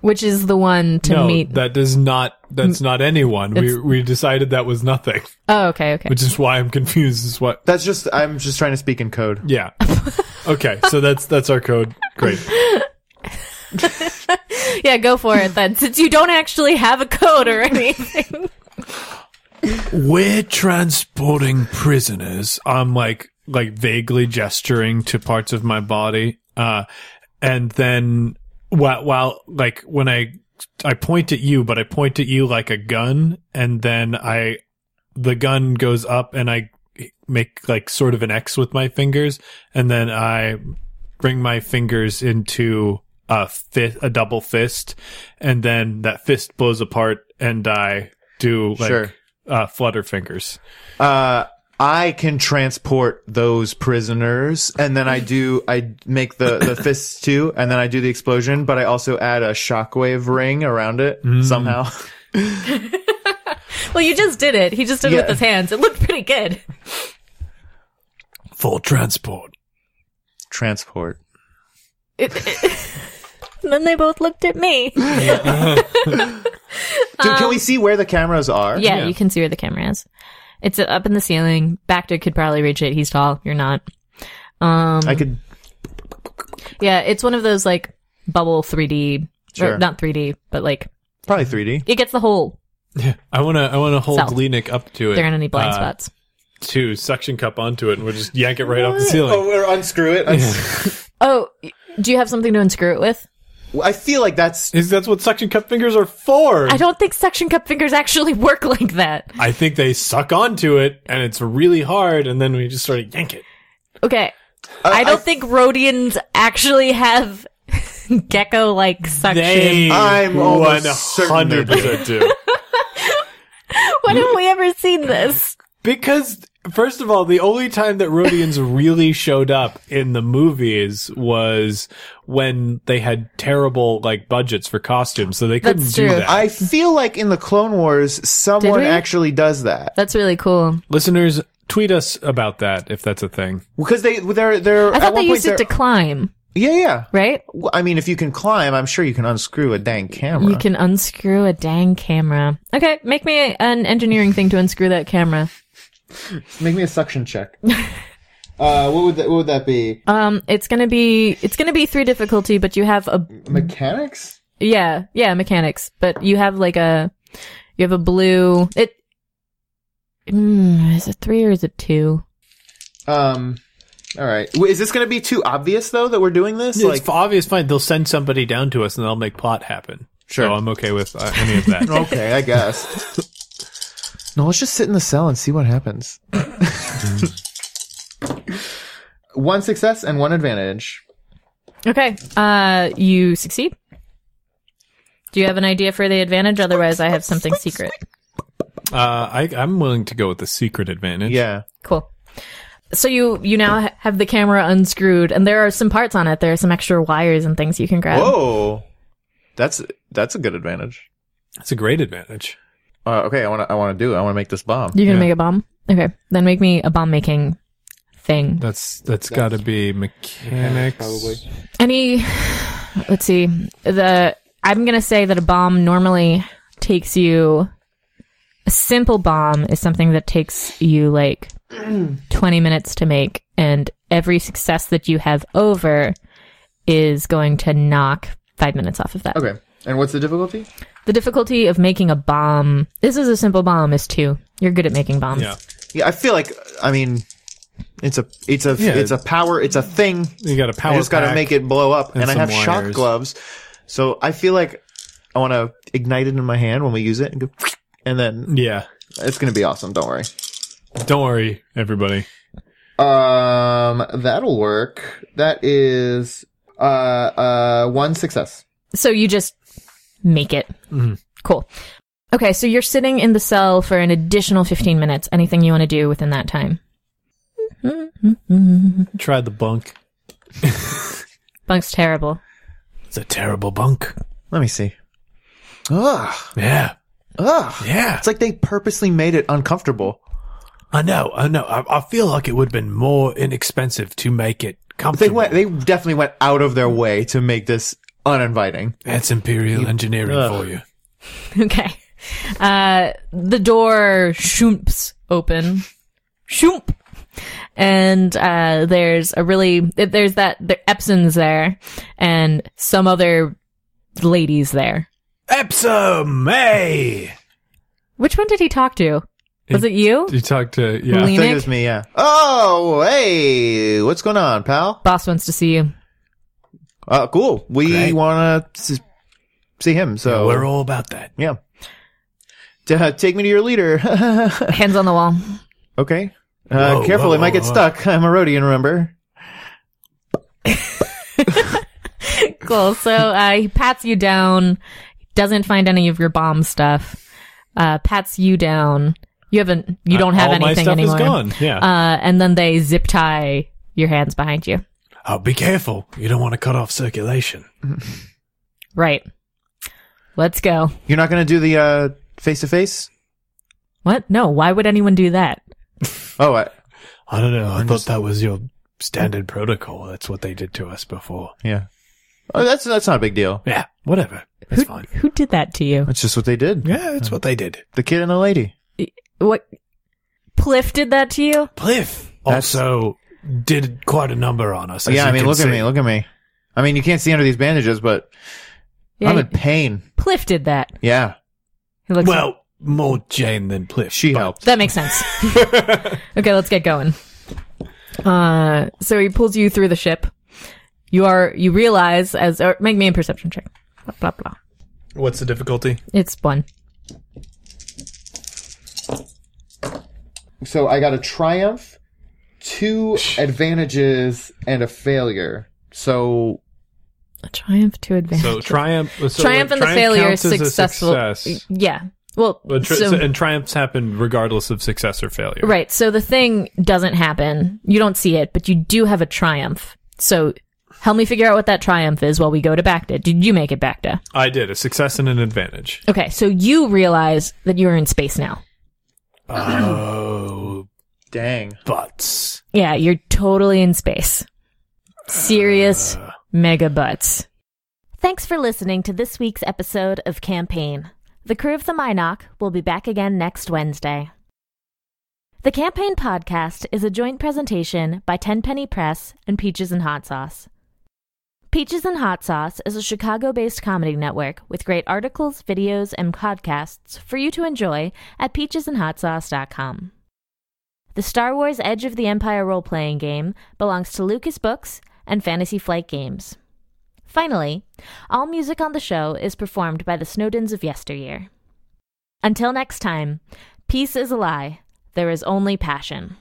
Speaker 3: Which is the one to
Speaker 5: no,
Speaker 3: meet?
Speaker 5: that does not. That's not anyone. We we decided that was nothing,
Speaker 3: oh, okay, okay.
Speaker 5: which is why I'm confused. Is what?
Speaker 6: That's just, I'm just trying to speak in code.
Speaker 5: Yeah. Okay, so that's that's our code. Great.
Speaker 3: yeah, go for it then. Since you don't actually have a code or anything,
Speaker 7: We're transporting prisoners.
Speaker 5: I'm like like vaguely gesturing to parts of my body, uh, and then while while like when I I point at you, but I point at you like a gun, and then I the gun goes up, and I make like sort of an X with my fingers, and then I bring my fingers into a fist, a double fist, and then that fist blows apart, and I do like
Speaker 6: Sure.
Speaker 5: uh, flutter fingers.
Speaker 6: Uh, I can transport those prisoners and then I do, I make the, the fists too and then I do the explosion, but I also add a shockwave ring around it somehow.
Speaker 3: well, you just did it. He just did it with
Speaker 6: Yeah.
Speaker 3: his hands. It looked pretty good.
Speaker 7: For transport.
Speaker 6: transport.
Speaker 3: It- it- and then they both looked at me. Yeah,
Speaker 6: Dude, can we see where the cameras are?
Speaker 3: you can see where the camera is. It's up in the ceiling. Bacta could probably reach it. He's tall. You're not.
Speaker 6: I could,
Speaker 3: Yeah, it's one of those like bubble 3D, or
Speaker 6: Sure.
Speaker 3: not 3D, but like
Speaker 6: probably 3D.
Speaker 3: it gets the whole.
Speaker 5: I want to I want to hold
Speaker 3: South.
Speaker 5: Lenik up to it.
Speaker 3: There aren't any blind
Speaker 5: Uh,
Speaker 3: spots.
Speaker 5: two suction cup onto it and we'll just yank it right off the ceiling.
Speaker 6: Oh, or unscrew it. Uns-
Speaker 3: Oh, do you have something to unscrew it with?
Speaker 6: I feel like that's
Speaker 5: Is that's what suction cup fingers are for?
Speaker 3: I don't think suction cup fingers actually work like that.
Speaker 5: I think they suck onto it and it's really hard and then we just sort of yank it.
Speaker 3: Okay. I don't think Rhodians actually have gecko like suction.
Speaker 5: They
Speaker 6: I'm almost certain they
Speaker 5: 100% do.
Speaker 3: When have we ever seen this?
Speaker 5: Because first of all, the only time that Rhodians really showed up in the movies was when they had terrible like budgets for costumes, so they couldn't
Speaker 3: That's
Speaker 5: do
Speaker 3: true.
Speaker 5: that.
Speaker 6: I feel like in the Clone Wars, someone
Speaker 3: we?
Speaker 6: actually does that
Speaker 3: That's really cool.
Speaker 5: Listeners, tweet us about that if that's a thing.
Speaker 6: because they they're they're.
Speaker 3: I
Speaker 6: at
Speaker 3: thought
Speaker 6: one
Speaker 3: they
Speaker 6: point
Speaker 3: used it to
Speaker 6: they're-
Speaker 3: climb,
Speaker 6: yeah, yeah.
Speaker 3: right?
Speaker 6: Well, I mean, if you can climb, I'm sure you can unscrew a dang camera.
Speaker 3: You can unscrew a dang camera. Okay, make me an engineering thing to unscrew that camera.
Speaker 6: make me a suction check. uh, what would that, what would that be?
Speaker 3: Um, it's gonna be it's gonna be three difficulty, but you have a
Speaker 6: Mechanics.
Speaker 3: yeah yeah mechanics, but you have like a you have a blue it. Mm, is it three or is it two?
Speaker 6: Um. All right. Wait, Is this going to be too obvious though that we're doing this?
Speaker 5: It's
Speaker 6: like,
Speaker 5: obvious, fine. They'll send somebody down to us and they'll make plot happen.
Speaker 6: Sure.
Speaker 5: So I'm okay with uh, any of that.
Speaker 6: okay, I guess. no, let's just sit in the cell and see what happens. one success and one advantage.
Speaker 3: Okay, uh, you succeed. Do you have an idea for the advantage? Otherwise, I have something secret.
Speaker 5: uh, I, I'm willing to go with the secret advantage.
Speaker 6: Yeah.
Speaker 3: Cool. So you you now ha- have the camera unscrewed, and there are some parts on it. There are some extra wires and things you can grab.
Speaker 6: Whoa. That's that's a good advantage.
Speaker 5: It's a great advantage.
Speaker 6: Uh, okay, I want to I want to do it. I want to make this bomb.
Speaker 3: You're gonna make a bomb. Okay, then make me a bomb making thing.
Speaker 5: That's that's got to be mechanics. probably.
Speaker 3: Any, let's see. The I'm gonna say that a bomb normally takes you. A simple bomb is something that takes you like 20 minutes to make, and every success that you have over is going to knock five minutes off of that.
Speaker 6: Okay. And what's the difficulty?
Speaker 3: The difficulty of making a bomb. This is a simple bomb. Is two. You're good at making bombs.
Speaker 5: Yeah.
Speaker 6: Yeah, I feel like I mean, it's a it's a
Speaker 5: Yeah.
Speaker 6: it's a power. It's a thing.
Speaker 5: You got a power.
Speaker 6: I just got to
Speaker 5: pack.
Speaker 6: make it blow up, and, I
Speaker 5: some
Speaker 6: have shock
Speaker 5: wires.
Speaker 6: gloves, so I feel like I want to ignite it in my hand when we use it, and go, and then
Speaker 5: Yeah.
Speaker 6: it's gonna be awesome. Don't worry.
Speaker 5: Don't worry, everybody.
Speaker 6: Um, that'll work. That is uh uh one success.
Speaker 3: So you just make it.
Speaker 5: Mm-hmm.
Speaker 3: Cool. Okay, so you're sitting in the cell for an additional 15 minutes. Anything you want to do within that time?
Speaker 5: Try the bunk.
Speaker 3: Bunk's terrible.
Speaker 5: It's a terrible bunk.
Speaker 6: Let me see. Ugh,
Speaker 5: Yeah.
Speaker 6: ugh.
Speaker 5: Yeah.
Speaker 6: It's like they purposely made it uncomfortable.
Speaker 5: I know. I know. I, I feel like it would have been more inexpensive to make it
Speaker 6: They
Speaker 5: comfortable.
Speaker 6: went. They definitely went out of their way to make this uninviting.
Speaker 5: That's imperial engineering for you.
Speaker 3: Okay. Uh, the door shoomps open. Shoomp. And uh, there's a really, there's that, the Epson's there and some other ladies there.
Speaker 5: Epsom, hey.
Speaker 3: Which one did he talk to? Was it you?
Speaker 5: You talked to yeah.
Speaker 6: I think it
Speaker 3: Lenik?
Speaker 6: was me. Yeah. Oh, hey, what's going on, pal?
Speaker 3: Boss wants to see you.
Speaker 6: Uh, cool. We
Speaker 5: Great.
Speaker 6: want to see him. So
Speaker 5: We're all about that.
Speaker 6: yeah. T- uh, take me to your leader.
Speaker 3: Hands on the wall.
Speaker 6: okay. Uh,
Speaker 5: Whoa,
Speaker 6: careful,
Speaker 5: whoa,
Speaker 6: I might
Speaker 5: whoa,
Speaker 6: get
Speaker 5: whoa.
Speaker 6: stuck. I'm a Rhodian, remember?
Speaker 3: cool. So uh, he pats you down, doesn't find any of your bomb stuff, uh, pats you down. You haven't, you don't have
Speaker 5: Uh, all my
Speaker 3: anything
Speaker 5: stuff is
Speaker 3: anymore.
Speaker 5: gone, yeah.
Speaker 3: Uh, and then they zip tie your hands behind you.
Speaker 5: Oh, be careful. You don't want to cut off circulation.
Speaker 3: Right. Let's go.
Speaker 6: You're not going to do the uh, face-to-face?
Speaker 3: What? No. Why would anyone do that?
Speaker 6: Oh, I,
Speaker 5: I don't know. I thought that was your standard protocol. That's what they did to us before.
Speaker 6: yeah. Oh, that's that's not a big deal.
Speaker 5: Yeah, whatever. That's fine.
Speaker 3: Who did that to you?
Speaker 6: That's just what they did.
Speaker 5: Yeah, that's what they did.
Speaker 6: The kid and the lady.
Speaker 3: What? Pliff did that to you?
Speaker 5: Pliff
Speaker 6: That's-
Speaker 5: also did quite a number on us. as
Speaker 6: yeah,
Speaker 5: you
Speaker 6: I mean,
Speaker 5: can
Speaker 6: look
Speaker 5: see.
Speaker 6: at me, look at me. I mean, you can't see under these bandages, but I'm in pain.
Speaker 3: Pliff did that.
Speaker 6: Yeah.
Speaker 3: He looks
Speaker 5: Well, more Jane than Cliff.
Speaker 10: She
Speaker 5: but-
Speaker 10: helped.
Speaker 7: That makes sense. okay, let's get going. Uh, so he pulls you through the ship. You are, you realize as, or make me a perception check. Blah, blah, blah.
Speaker 10: What's the difficulty?
Speaker 7: It's one.
Speaker 6: So I got a triumph, two advantages, and a failure. So
Speaker 7: A triumph to advance.
Speaker 10: So triumph. So
Speaker 7: triumph
Speaker 10: like,
Speaker 7: and the failure is
Speaker 10: counts as a
Speaker 7: successful.
Speaker 10: success.
Speaker 7: Yeah. Well,
Speaker 10: But tri-
Speaker 7: so-
Speaker 10: so- and triumphs happen regardless of success or failure.
Speaker 7: right. So the thing doesn't happen. You don't see it, but you do have a triumph. So help me figure out what that triumph is while we go to Bacta. Did you make it Bacta?
Speaker 10: I did a success and an advantage.
Speaker 7: Okay. So you realize that you're in space now.
Speaker 5: Oh,
Speaker 6: dang.
Speaker 5: butts.
Speaker 7: Yeah. You're totally in space. Serious mega butts.
Speaker 3: Thanks for listening to this week's episode of Campaign. The crew of the Minoc will be back again next Wednesday. The Campaign podcast is a joint presentation by Tenpenny Press and Peaches and Hot Sauce. Peaches and Hot Sauce is a Chicago based comedy network with great articles, videos, and podcasts for you to enjoy at peachesandhotsauce.com. The Star Wars Edge of the Empire role playing game belongs to Lucas Books and Fantasy Flight Games. Finally, all music on the show is performed by the Snowdens of yesteryear. Until next time, peace is a lie. There is only passion.